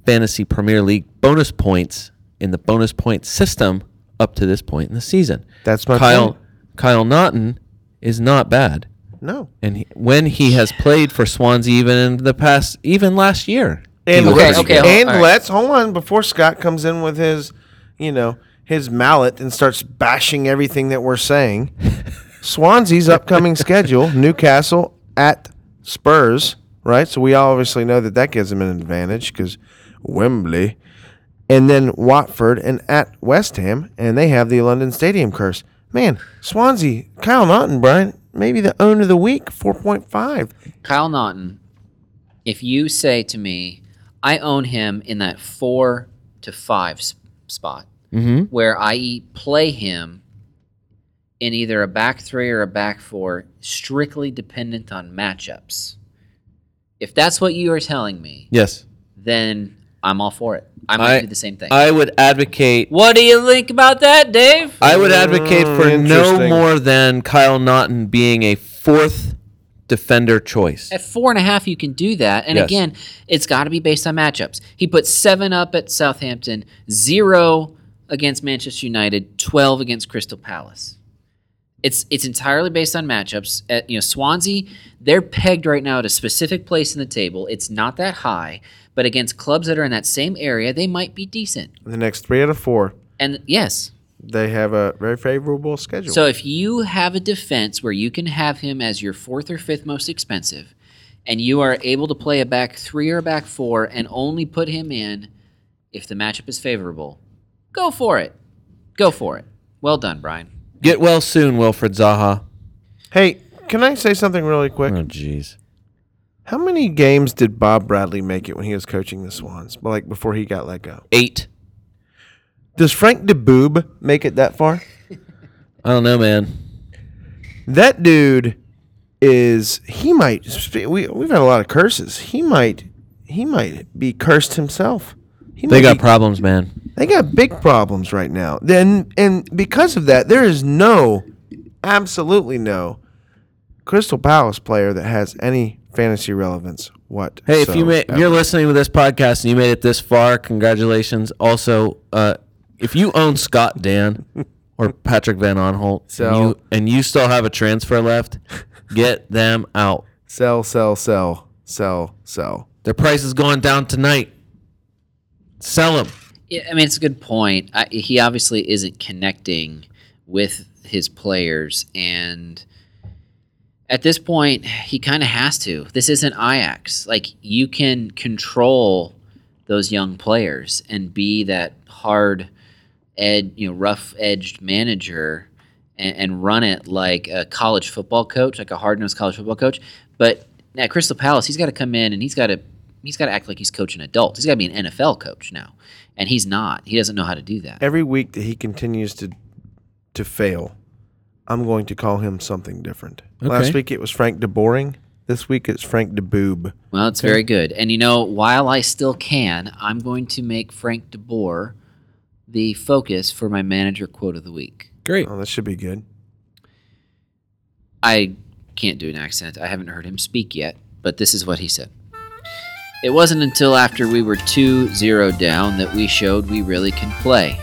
fantasy Premier League bonus points in the bonus point system up to this point in the season. That's my Kyle. point. Kyle Naughton is not bad, No, and he, when he has played for Swansea, even in the past, even last year, he and was Okay, let's, pretty okay, good. hold- and all right. let's hold on before Scott comes in with his, you know, his mallet and starts bashing everything that we're saying. Swansea's upcoming schedule: Newcastle at Spurs, right? So we obviously know that that gives them an advantage because Wembley, and then Watford and at West Ham, and they have the London Stadium curse. Man, Swansea, Kyle Naughton, Brian, maybe the own of the week, four point five. Kyle Naughton, if you say to me, I own him in that four to five s- spot Mm-hmm. where I e, play him in either a back three or a back four, strictly dependent on matchups. If that's what you are telling me, Yes, then I'm all for it. I might I- do the same thing. I would advocate. what do you think about that, Dave? I would advocate for Mm, no interesting. more than Kyle Naughton being a fourth defender choice. At four and a half, you can do that. And Yes. again, it's got to be based on matchups. He put seven up at Southampton, zero against Manchester United, twelve against Crystal Palace. It's it's entirely based on matchups. At, you know, Swansea, they're pegged right now at a specific place in the table. It's not that high, but against clubs that are in that same area, they might be decent. The next three out of four, And yes, they have a very favorable schedule. So if you have a defense where you can have him as your fourth or fifth most expensive, and you are able to play a back three or a back four and only put him in if the matchup is favorable, go for it. Go for it. Well done, Brian. Get well soon, Wilfred Zaha. Hey, can I say something really quick? Oh, jeez. How many games did Bob Bradley make it when he was coaching the Swans? Like before he got let go. Eight. Does Frank DeBoob make it that far? I don't know, man. That dude is he might we we've had a lot of curses. He might he might be cursed himself. He They might got be- problems, man. They got big problems right now. Then and because of that, there is no, absolutely no, Crystal Palace player that has any fantasy relevance. What? Hey, if you made, if you're listening to this podcast and you made it this far, congratulations. Also, uh, if you own Scott Dan or Patrick Van Onholt, So- and, you, and you still have a transfer left, get them out. Sell, sell, sell, sell, sell. Their price is going down tonight. Sell them. Yeah, I mean, it's a good point. I, he obviously isn't connecting with his players, and at this point, he kind of has to. This isn't Ajax. Like you can control those young players and be that hard, ed, you know, rough edged manager, and, and run it like a college football coach, like a hard nosed college football coach. But at Crystal Palace, he's got to come in and he's got to he's got to act like he's coaching adults. He's got to be an NFL coach now, and he's not. He doesn't know how to do that. Every week that he continues to to fail, I'm going to call him something different. Last Okay. week it was Frank DeBoring. This week it's Frank DeBoob. Well, it's very good. And you know, while I still can, I'm going to make Frank De Boer the focus for my manager quote of the week. Great. Oh, that should be good. I can't do an accent. I haven't heard him speak yet, but this is what he said. It wasn't until after we were 2 0 down that we showed we really can play.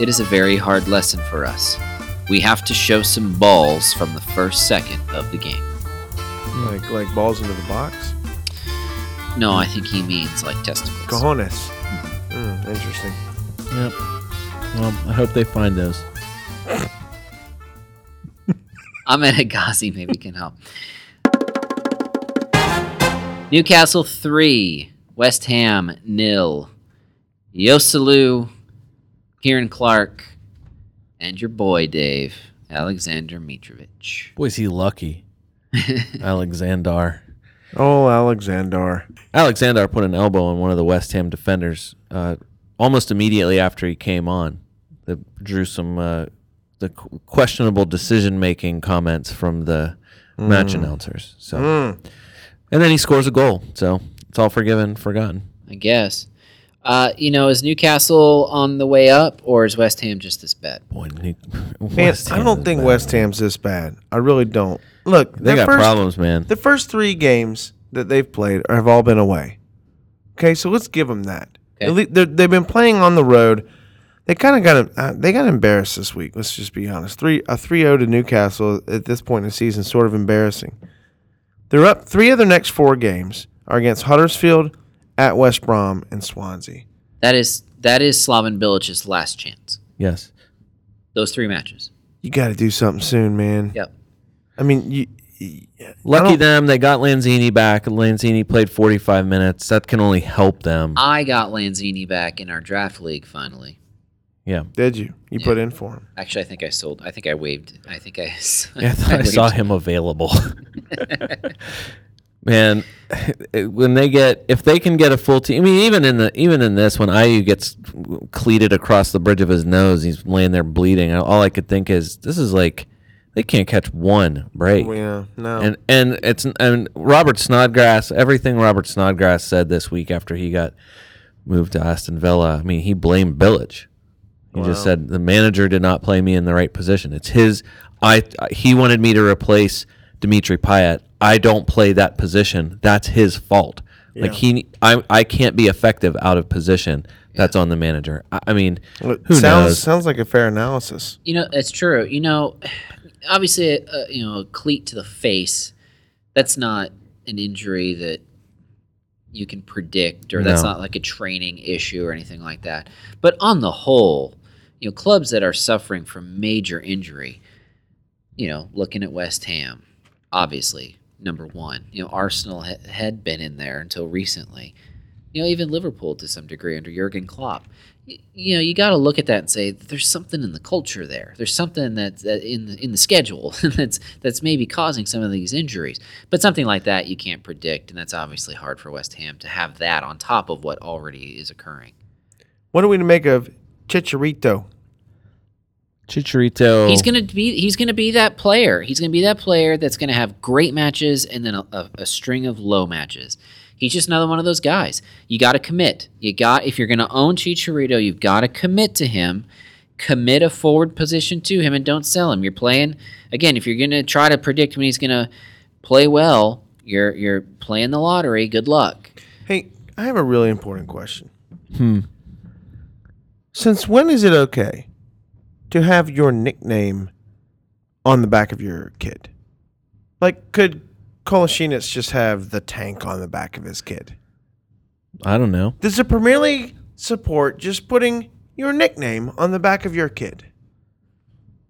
It is a very hard lesson for us. We have to show some balls from the first second of the game. Like like balls into the box. No, I think he means like testicles. Cojones. Mm, interesting. Yep. Well, I hope they find those. I'm at Agassiz. Maybe can help. Newcastle three, West Ham nil. Yosalu, Kieran Clark, and your boy Dave Alexander Mitrovic. Boy, is he lucky. Alexander. Oh, Alexander. Alexander put an elbow on one of the West Ham defenders uh, almost immediately after he came on. That drew some uh, the qu- questionable decision making comments from the Hmm. match announcers. So, and then he scores a goal. So it's all forgiven, forgotten. I guess. Uh, you know, is Newcastle on the way up, or is West Ham just this bad? Boy, Nick- Man, West I Ham don't is think bad. West Ham's this bad. I really don't. Look, They their got first- problems, man. The first three games that they've played have all been away. Okay, so let's give them that. Okay. At least they're- they've been playing on the road. They kind of got uh, they got embarrassed this week. Let's just be honest. Three a 3-0 to Newcastle at this point in the season is sort of embarrassing. They're up three of their next four games are against Huddersfield, at West Brom, and Swansea. That is that is Slaven Bilic's last chance. yes. Those three matches. You got to do something soon, man. Yep. I mean, you, you- I Lucky don't- them, they got Lanzini back. Lanzini played 45 minutes. That can only help them. I got Lanzini back in our draft league finally. yeah. did you? You put in for him. Actually, I think I sold. I think I waived. I think I. Yeah, I thought I waived. saw him available. Man, it- when they get if they can get a full team, I mean, even in the even in this, when IU gets cleated across the bridge of his nose, he's laying there bleeding. All I could think is, this is like they can't catch one break. Yeah, no. Oh. And and it's and Robert Snodgrass, everything Robert Snodgrass said this week after he got moved to Aston Villa, I mean, he blamed Billich. He just said the manager did not play me in the right position. It's his. I he wanted me to replace Dimitri Payet. I don't play that position. That's his fault. Like he, I, I can't be effective out of position. That's on the manager. I, I mean, Look, who sounds knows? sounds like a fair analysis. You know, it's true. You know, obviously, uh, you know, a cleat to the face. That's not an injury that you can predict, or that's No. not like a training issue or anything like that. But on the whole, you know, clubs that are suffering from major injury, you know, looking at West Ham, obviously number one. You know, Arsenal ha- had been in there until recently. You know, even Liverpool to some degree under Jurgen Klopp. Y- You know, you got to look at that and say there's something in the culture there. There's something that's that in the, in the schedule that's that's maybe causing some of these injuries. But something like that you can't predict, and that's obviously hard for West Ham to have that on top of what already is occurring. What are we to make of Chicharito? Chicharito. He's gonna be he's gonna be that player. He's gonna be that player that's gonna have great matches and then a, a, a string of low matches. He's just another one of those guys. You got to commit. You got if you're gonna own Chicharito, you've got to commit to him. Commit a forward position to him and don't sell him. You're playing again. If you're gonna try to predict when he's gonna play well, you're you're playing the lottery. Good luck. Hmm. Hey, I have a really important question. Since when is it okay to have your nickname on the back of your kid? Like, could Kolasinac just have the tank on the back of his kid? I don't know. Does the Premier League support just putting your nickname on the back of your kid?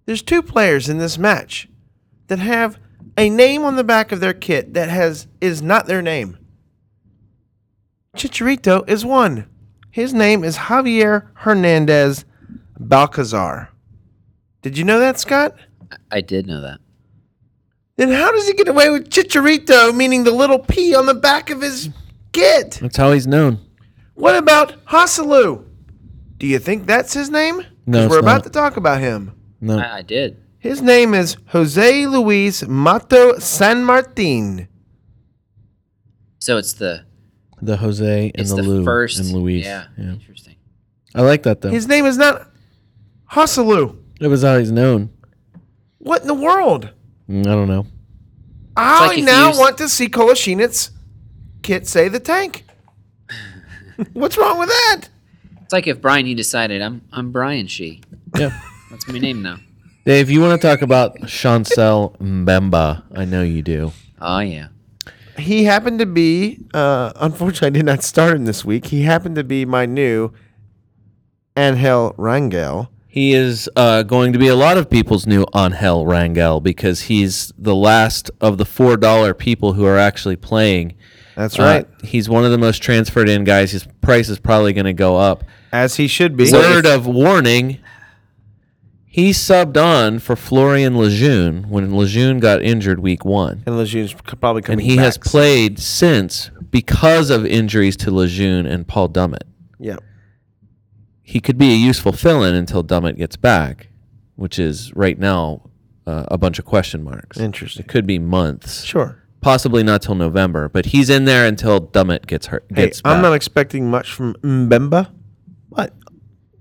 There's two players in this match that have a name on the back of their kit that has is not their name. Chicharito is one. His name is Javier Hernandez Balcazar. Did you know that, Scott? I did know that. Then how does he get away with Chicharito, meaning the little P on the back of his kit? That's how he's known. What about Hasalu? Do you think that's his name? 'Cause No, it's we're about not. to talk about him. No. I, I did. His name is Jose Luis Mato San Martin. So it's the the Jose and it's the, the, Lou first and Luis. Yeah, yeah. interesting. I like that though. His name is not Hasalu. it was how he's known. What in the world? Mm, I don't know. I like if now you s- want to see Kolashinets kit say the tank. What's wrong with that? It's like if Brian he decided I'm I'm Brian She. Yeah. That's my name now. Dave, you want to talk about Chancel Mbemba? I know you do. Oh yeah. He happened to be, uh, unfortunately, I did not start him this week. He happened to be my new Angel Rangel. He is uh, going to be a lot of people's new Angel Rangel because he's the last of the four dollar people who are actually playing. That's right. Uh, he's one of the most transferred in guys. His price is probably going to go up. As he should be. Word of warning. He subbed on for Florian Lejeune when Lejeune got injured week one. And Lejeune's c- probably coming And he has back. played since because of injuries to Lejeune and Paul Dummett. Yeah. He could be a useful fill in until Dummett gets back, which is right now uh, a bunch of question marks. Interesting. It could be months, Sure. possibly not till November, but he's in there until Dummett gets hurt. Hey, Gets I'm back. not expecting much from Mbemba, but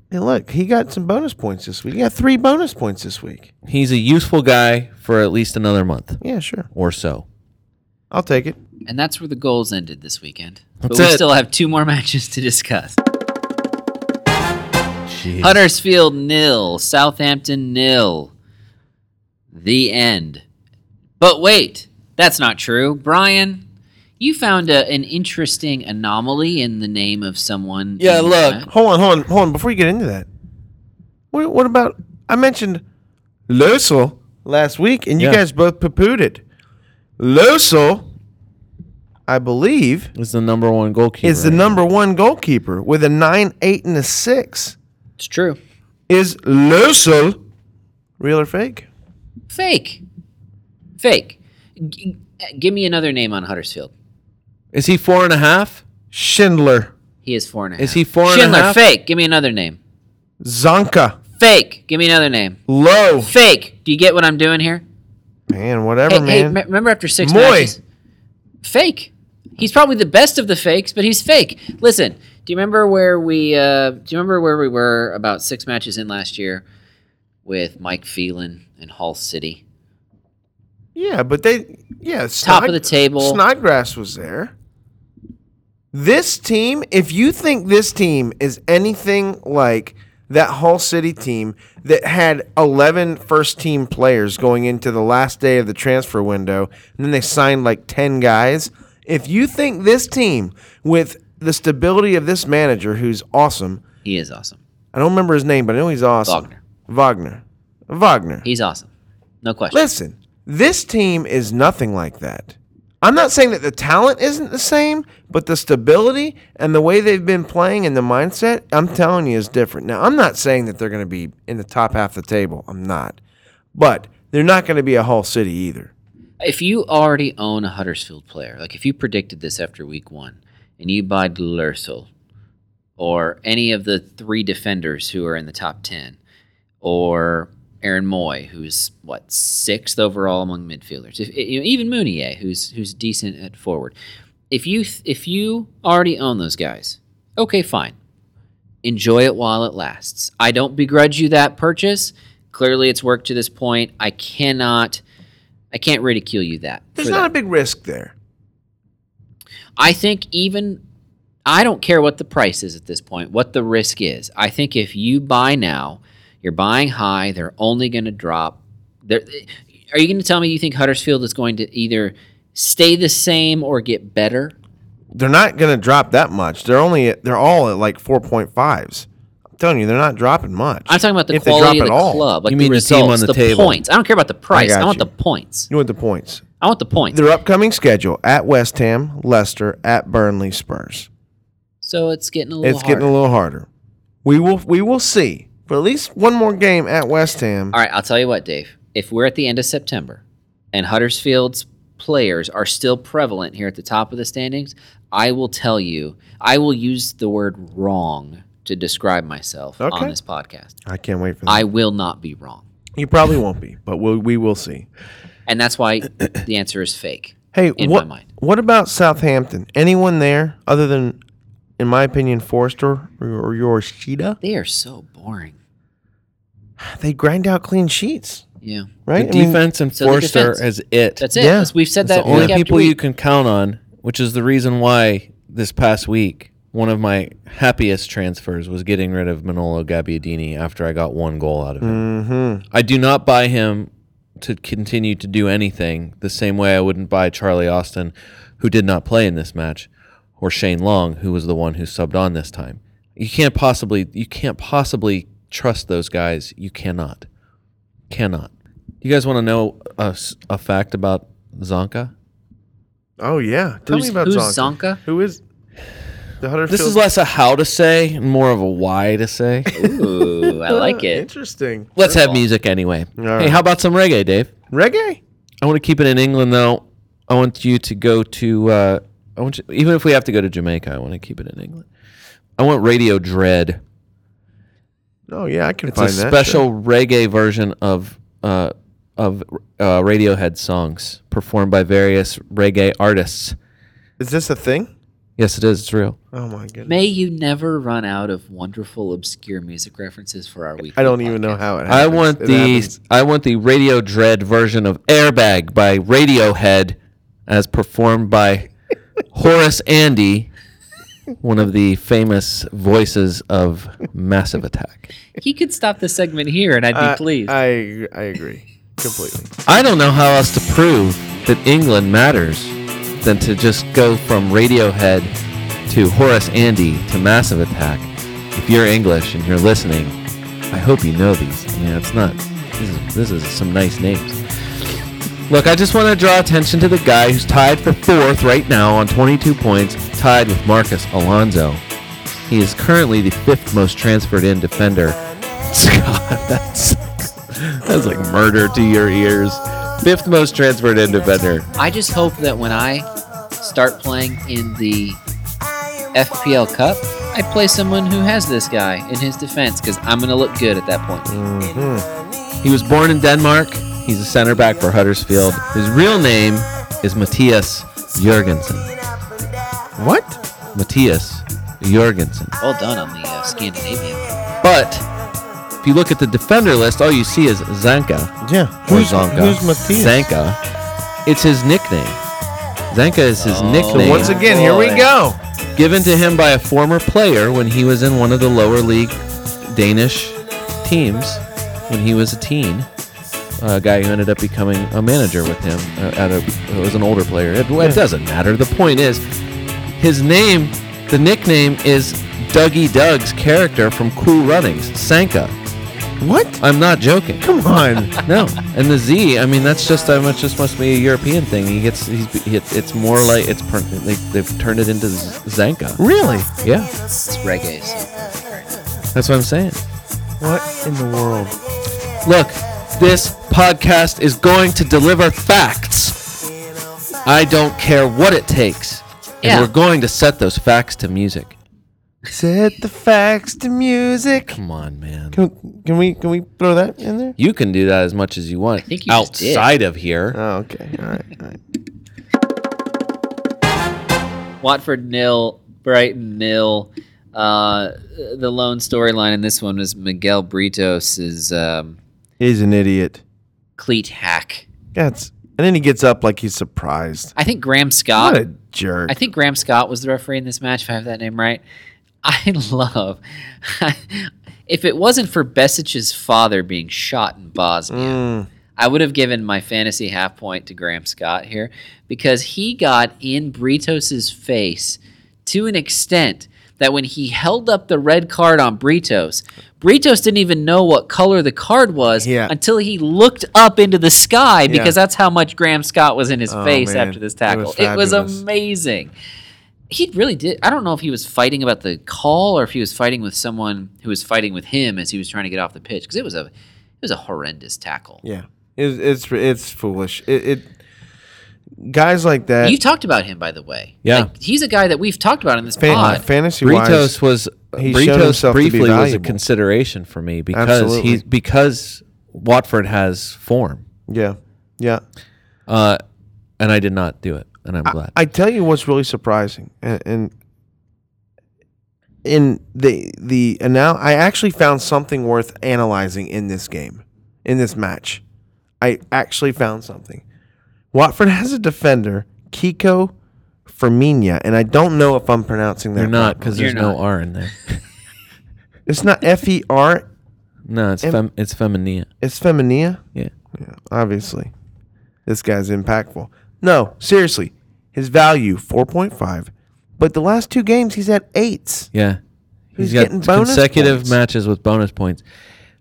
hey, look, he got some bonus points this week. He got three bonus points this week. he's a useful guy for at least another month Yeah, sure. or so. I'll take it. And that's where the goals ended this weekend. but That's we it. still have two more matches to discuss. Jeez. Huddersfield nil, Southampton nil. The end. But wait, that's not true. Brian, you found a, an interesting anomaly in the name of someone. Yeah, in the look. match. Hold on, hold on, hold on. Before you get into that, what, what about I mentioned Losel last week, and you Yeah. guys both poo-pooed it. Losel, I believe, Is the number one goalkeeper. is the number one goalkeeper with a nine, eight, and a six. It's true. Is Losel real or fake? Fake. Fake. G- give me another name on Huddersfield. Is he four and a half? Schindler, He is four and a half. Is he four and a Schindler, half? fake. Give me another name. Zonka, Fake. Give me another name. Low. Fake. Do you get what I'm doing here? Man, whatever, Hey, hey, man. me- remember after six Moy. matches? Fake. He's probably the best of the fakes, but he's fake. Listen, do you remember where we? Uh, do you remember where we were about six matches in last year with Mike Phelan and Hull City? yeah, but they yeah, Top of the table. Snodgrass was there. This team, if you think this team is anything like that Hull City team that had 11 first team players going into the last day of the transfer window, and then they signed like 10 guys, if you think this team with the stability of this manager who's awesome, He is awesome. I don't remember his name, but I know he's awesome. Wagner. Wagner. Wagner. He's awesome. No question. Listen, this team is nothing like that. I'm not saying that the talent isn't the same, but the stability and the way they've been playing and the mindset, I'm telling you, is different. Now, I'm not saying that they're going to be in the top half of the table. I'm not. But they're not going to be a Hull City either. If you already own a Huddersfield player, like if you predicted this after week one and you buy Glursel or any of the three defenders who are in the top 10 or Aaron Moy, who's what, sixth overall among midfielders, if, you know, even Mounier, who's, who's decent at forward. If you, th- if you already own those guys, okay, fine. Enjoy it while it lasts. I don't begrudge you that purchase. Clearly, it's worked to this point. I cannot. I can't ridicule you that. There's for not that. a big risk there. I think even I don't care what the price is at this point, what the risk is. I think if you buy now, you're buying high. They're only going to drop. They're, are you going to tell me you think Huddersfield is going to either stay the same or get better? They're not going to drop that much. They're only at, they're all at like 4.5s. I'm telling you, they're not dropping much. I'm talking about the If they quality drop of the at all. club, like You the mean the results, team on the, the table. points. I don't care about the price. I, got want you. the points. You want the points. I want the points. Their upcoming schedule at West Ham, Leicester, at Burnley, Spurs. so it's getting a little. It's getting a harder. little harder. We will we will see. For at least one more game at West Ham. All right, I'll tell you what, Dave. If we're at the end of September and Huddersfield's players are still prevalent here at the top of the standings, I will tell you, I will use the word wrong to describe myself on Okay. this podcast. I can't wait for that. I will not be wrong. you probably won't be, but we'll, we will see. And that's why the answer is fake. Hey, in my what mind. what about Southampton? Anyone there other than, in my opinion, Forster or Yoshida? They are so boring. They grind out clean sheets, Yeah. right? The I mean, defense and So the Forster defense. is it. That's it. Yeah. That's- We've said It's that the only week after people week. you can count on, which is the reason why this past week one of my happiest transfers was getting rid of Manolo Gabbiadini after I got one goal out of him. I do not buy him to continue to do anything the same way I wouldn't buy Charlie Austin, who did not play in this match, or Shane Long, who was the one who subbed on this time. You can't possibly you can't possibly trust those guys. You cannot. Cannot. You guys want to know a, s- a fact about Zonka? oh yeah, tell Who's- me about who's Zonka. Zonka? Who is the Huddersfield? This is less a how to say, and more of a why to say. Ooh, I like it. Interesting. Let's have music anyway. right. Hey, how about some reggae, Dave? Reggae. I want to keep it in England though. I want you to go to. Uh, I want you, even if we have to go to Jamaica, I want to keep it in England. I want Radio Dread. Oh yeah, I can It's find a that. special reggae version of uh, of uh, Radiohead songs performed by various reggae artists. Is this a thing? Yes, it is. It's real. Oh my goodness. May you never run out of wonderful, obscure music references for our week. I don't even know how it. Happens. I want It the happens. I want the Radio Dread version of Airbag by Radiohead, as performed by Horace Andy, one of the famous voices of Massive Attack. He could stop the segment here, and I'd be I- pleased. Uh, I ag- I agree completely. I don't know how else to prove that England matters than to just go from Radiohead to Horace Andy to Massive Attack. If you're English and you're listening, I hope you know these. I mean, it's not. This is, this is some nice names. Look, I just want to draw attention to the guy who's tied for fourth right now on 22 points, tied with Marcus Alonso. He is currently the fifth most transferred in defender. God, that's that's like murder to your ears. Fifth most transferred in defender. I just hope that when I start playing in the FPL Cup, I play someone who has this guy in his defense because I'm going to look good at that point. He was born in Denmark. He's a center back for Huddersfield. His real name is Matthias Jurgensen. What? Matthias Jurgensen. Well done on the uh, Scandinavian. But if you look at the defender list, all you see is Zanka. Yeah. or Who's Zonka. Who's Matthias? Zanka. It's his nickname. Zanka is his nickname So once again, here we Boy. go. given to him by a former player when he was in one of the lower league Danish teams when he was a teen. A guy who ended up becoming a manager with him uh, at a it was an older player. It, it doesn't matter. The point is, his name, the nickname is Dougie Doug's character from Cool Runnings, Sanka. What? I'm not joking. Come on. No, and the Z. I mean, that's just that much. Just must be a European thing. He gets. He's. He, it's more like it's. per- They, they've turned it into Z- Zanka. really? Yeah, It's reggae. So. that's what I'm saying. What in the world? Look, this podcast is going to deliver facts. I don't care what it takes, and Yeah. we're going to set those facts to music. Set the facts to music. Come on, man. Can, can we can we throw that in there? You can do that as much as you want. I think you just did. outside of here. Oh, okay. All right. All right. Watford nil, Brighton nil. Uh, the lone storyline in this one was Miguel Britos' um, He's an idiot. cleat hack. That's and then he gets up like he's surprised. I think Graham Scott What a jerk. I think Graham Scott was the referee in this match, if I have that name right. I love. if it wasn't for Besic's father being shot in Bosnia, I would have given my fantasy half point to Graham Scott here because he got in Britos' face to an extent that when he held up the red card on Britos, Britos didn't even know what color the card was Yeah. until he looked up into the sky because that's how much Graham Scott was in his face Oh, man. after this It was tackle. It was, fabulous. amazing. He really did. I don't know if he was fighting about the call or if he was fighting with someone who was fighting with him as he was trying to get off the pitch because it was a it was a horrendous tackle. yeah, it's it's it's foolish. It, it guys like that. You talked about him, by the way. Yeah. Like, he's a guy that we've talked about in this fan, pod. fantasy wise, Britos was he showed Britos himself to be briefly was a valuable. consideration for me because Absolutely. he's because Watford has form, yeah, yeah. uh, and I did not do it, and I'm glad. I tell you what's really surprising, and, and in the the and now I actually found something worth analyzing in this game, in this match. I actually found something. Watford has a defender, Kiko Firmina, and I don't know if I'm pronouncing that. You're not properly. because there's You're no not. R in there. It's not F E R. No, it's fem, it's Feminia. It's Feminia. Yeah. Yeah, obviously. This guy's impactful. No, seriously. His value, 4.5. But the last two games, he's at eights. Yeah. He's He's got getting bonus consecutive points. matches with bonus points.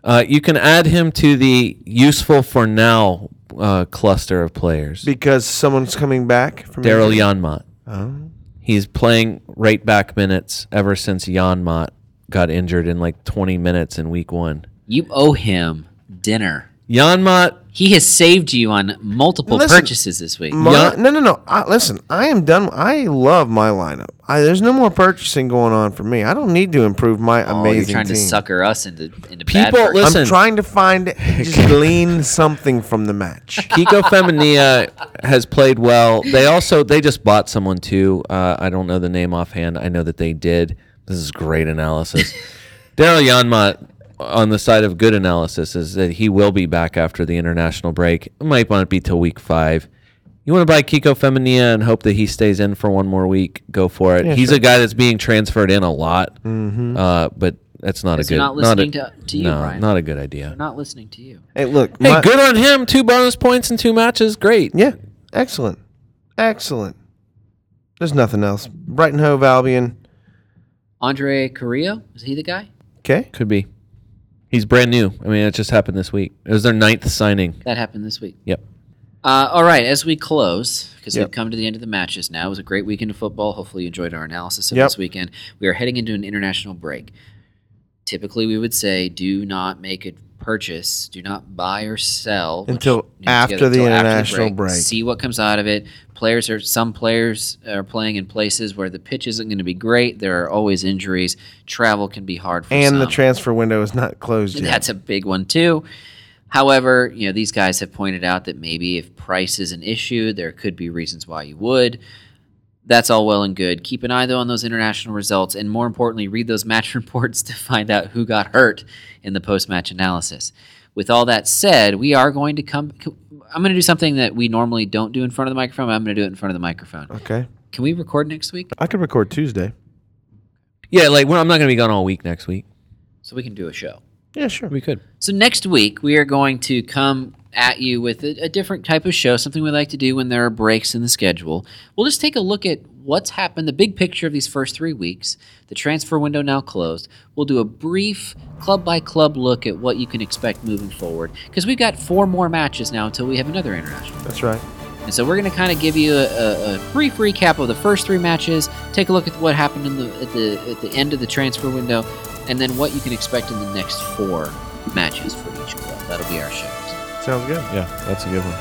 Uh, you can add him to the useful for now uh, cluster of players. Because someone's coming back from Daryl injury. Yanmat. Oh. He's playing right back minutes ever since Yanmat got injured in like 20 minutes in week one. you owe him dinner. Yanmat, He has saved you on multiple Listen, purchases this week. My- no, no, no. I, listen, I am done. I love my lineup. I, there's no more purchasing going on for me. I don't need to improve my oh, amazing you're trying team. to sucker us into into bad. People- pur- listen- I'm trying to find, just glean something from the match. Kiko Femenia has played well. They also they just bought someone too. Uh, I don't know the name offhand. I know that they did. This is great analysis. Daryl Yanmat on the side of good analysis is that he will be back after the international break. It might not be till week five. You want to buy Kiko Femenia and hope that he stays in for one more week. Go for it. He's a guy that's being transferred in a lot, uh, but that's not a they're good. not a- listening to- to you, no, Brian. not a good idea. They're not listening to you. Hey, look. Hey, my- good on him. Two bonus points in two matches. Great. Yeah, excellent, excellent. There's nothing else. Brighton Hove Albion. Andre Carrillo is he the guy? Okay. Could be. He's brand new. I mean, it just happened this week. It was their ninth signing. That happened this week. Yep. Uh, all right, as we close, because Yep. we've come to the end of the matches now. It was a great weekend of football. Hopefully, you enjoyed our analysis of Yep. this weekend. We are heading into an international break. Typically, we would say do not make a purchase, do not buy or sell which Until means you after gotta- the until international break. See what comes out of it. Players are some players are playing in places where the pitch isn't going to be great. There are always injuries. Travel can be hard for And the some. transfer window is not closed yet. That's a big one too. However, you know these guys have pointed out that maybe if price is an issue, there could be reasons why you would. That's all well and good. Keep an eye though on those international results, and more importantly, read those match reports to find out who got hurt in the post-match analysis. With all that said, we are going to come. I'm going to do something that we normally don't do in front of the microphone. I'm going to do it in front of the microphone. okay. Can we record next week I could record Tuesday. Yeah, like well, I'm not going to be gone all week next week. so we can do a show? Yeah, sure. We could. So next week we are going to come at you with a, a different type of show, something we like to do when there are breaks in the schedule. We'll just take a look at what's happened, the big picture of these first three weeks, the transfer window now closed. We'll do a brief club by club look at what you can expect moving forward because we've got four more matches now until we have another international. That's right. And so we're going to kind of give you a, a, a brief recap of the first three matches, take a look at what happened in the at the at the end of the transfer window, and then what you can expect in the next four matches for each club. That'll be our shows. Sounds good. Yeah, that's a good one.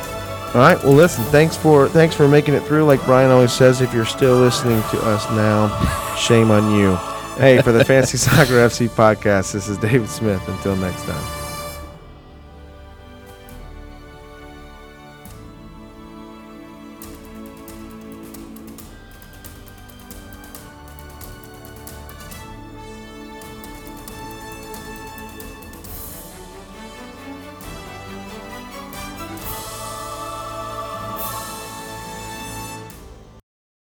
All right. Well, listen. Thanks for thanks for making it through. Like Brian always says, if you're still listening to us now, shame on you. Hey, for the Fancy Soccer FC podcast, this is David Smith. Until next time.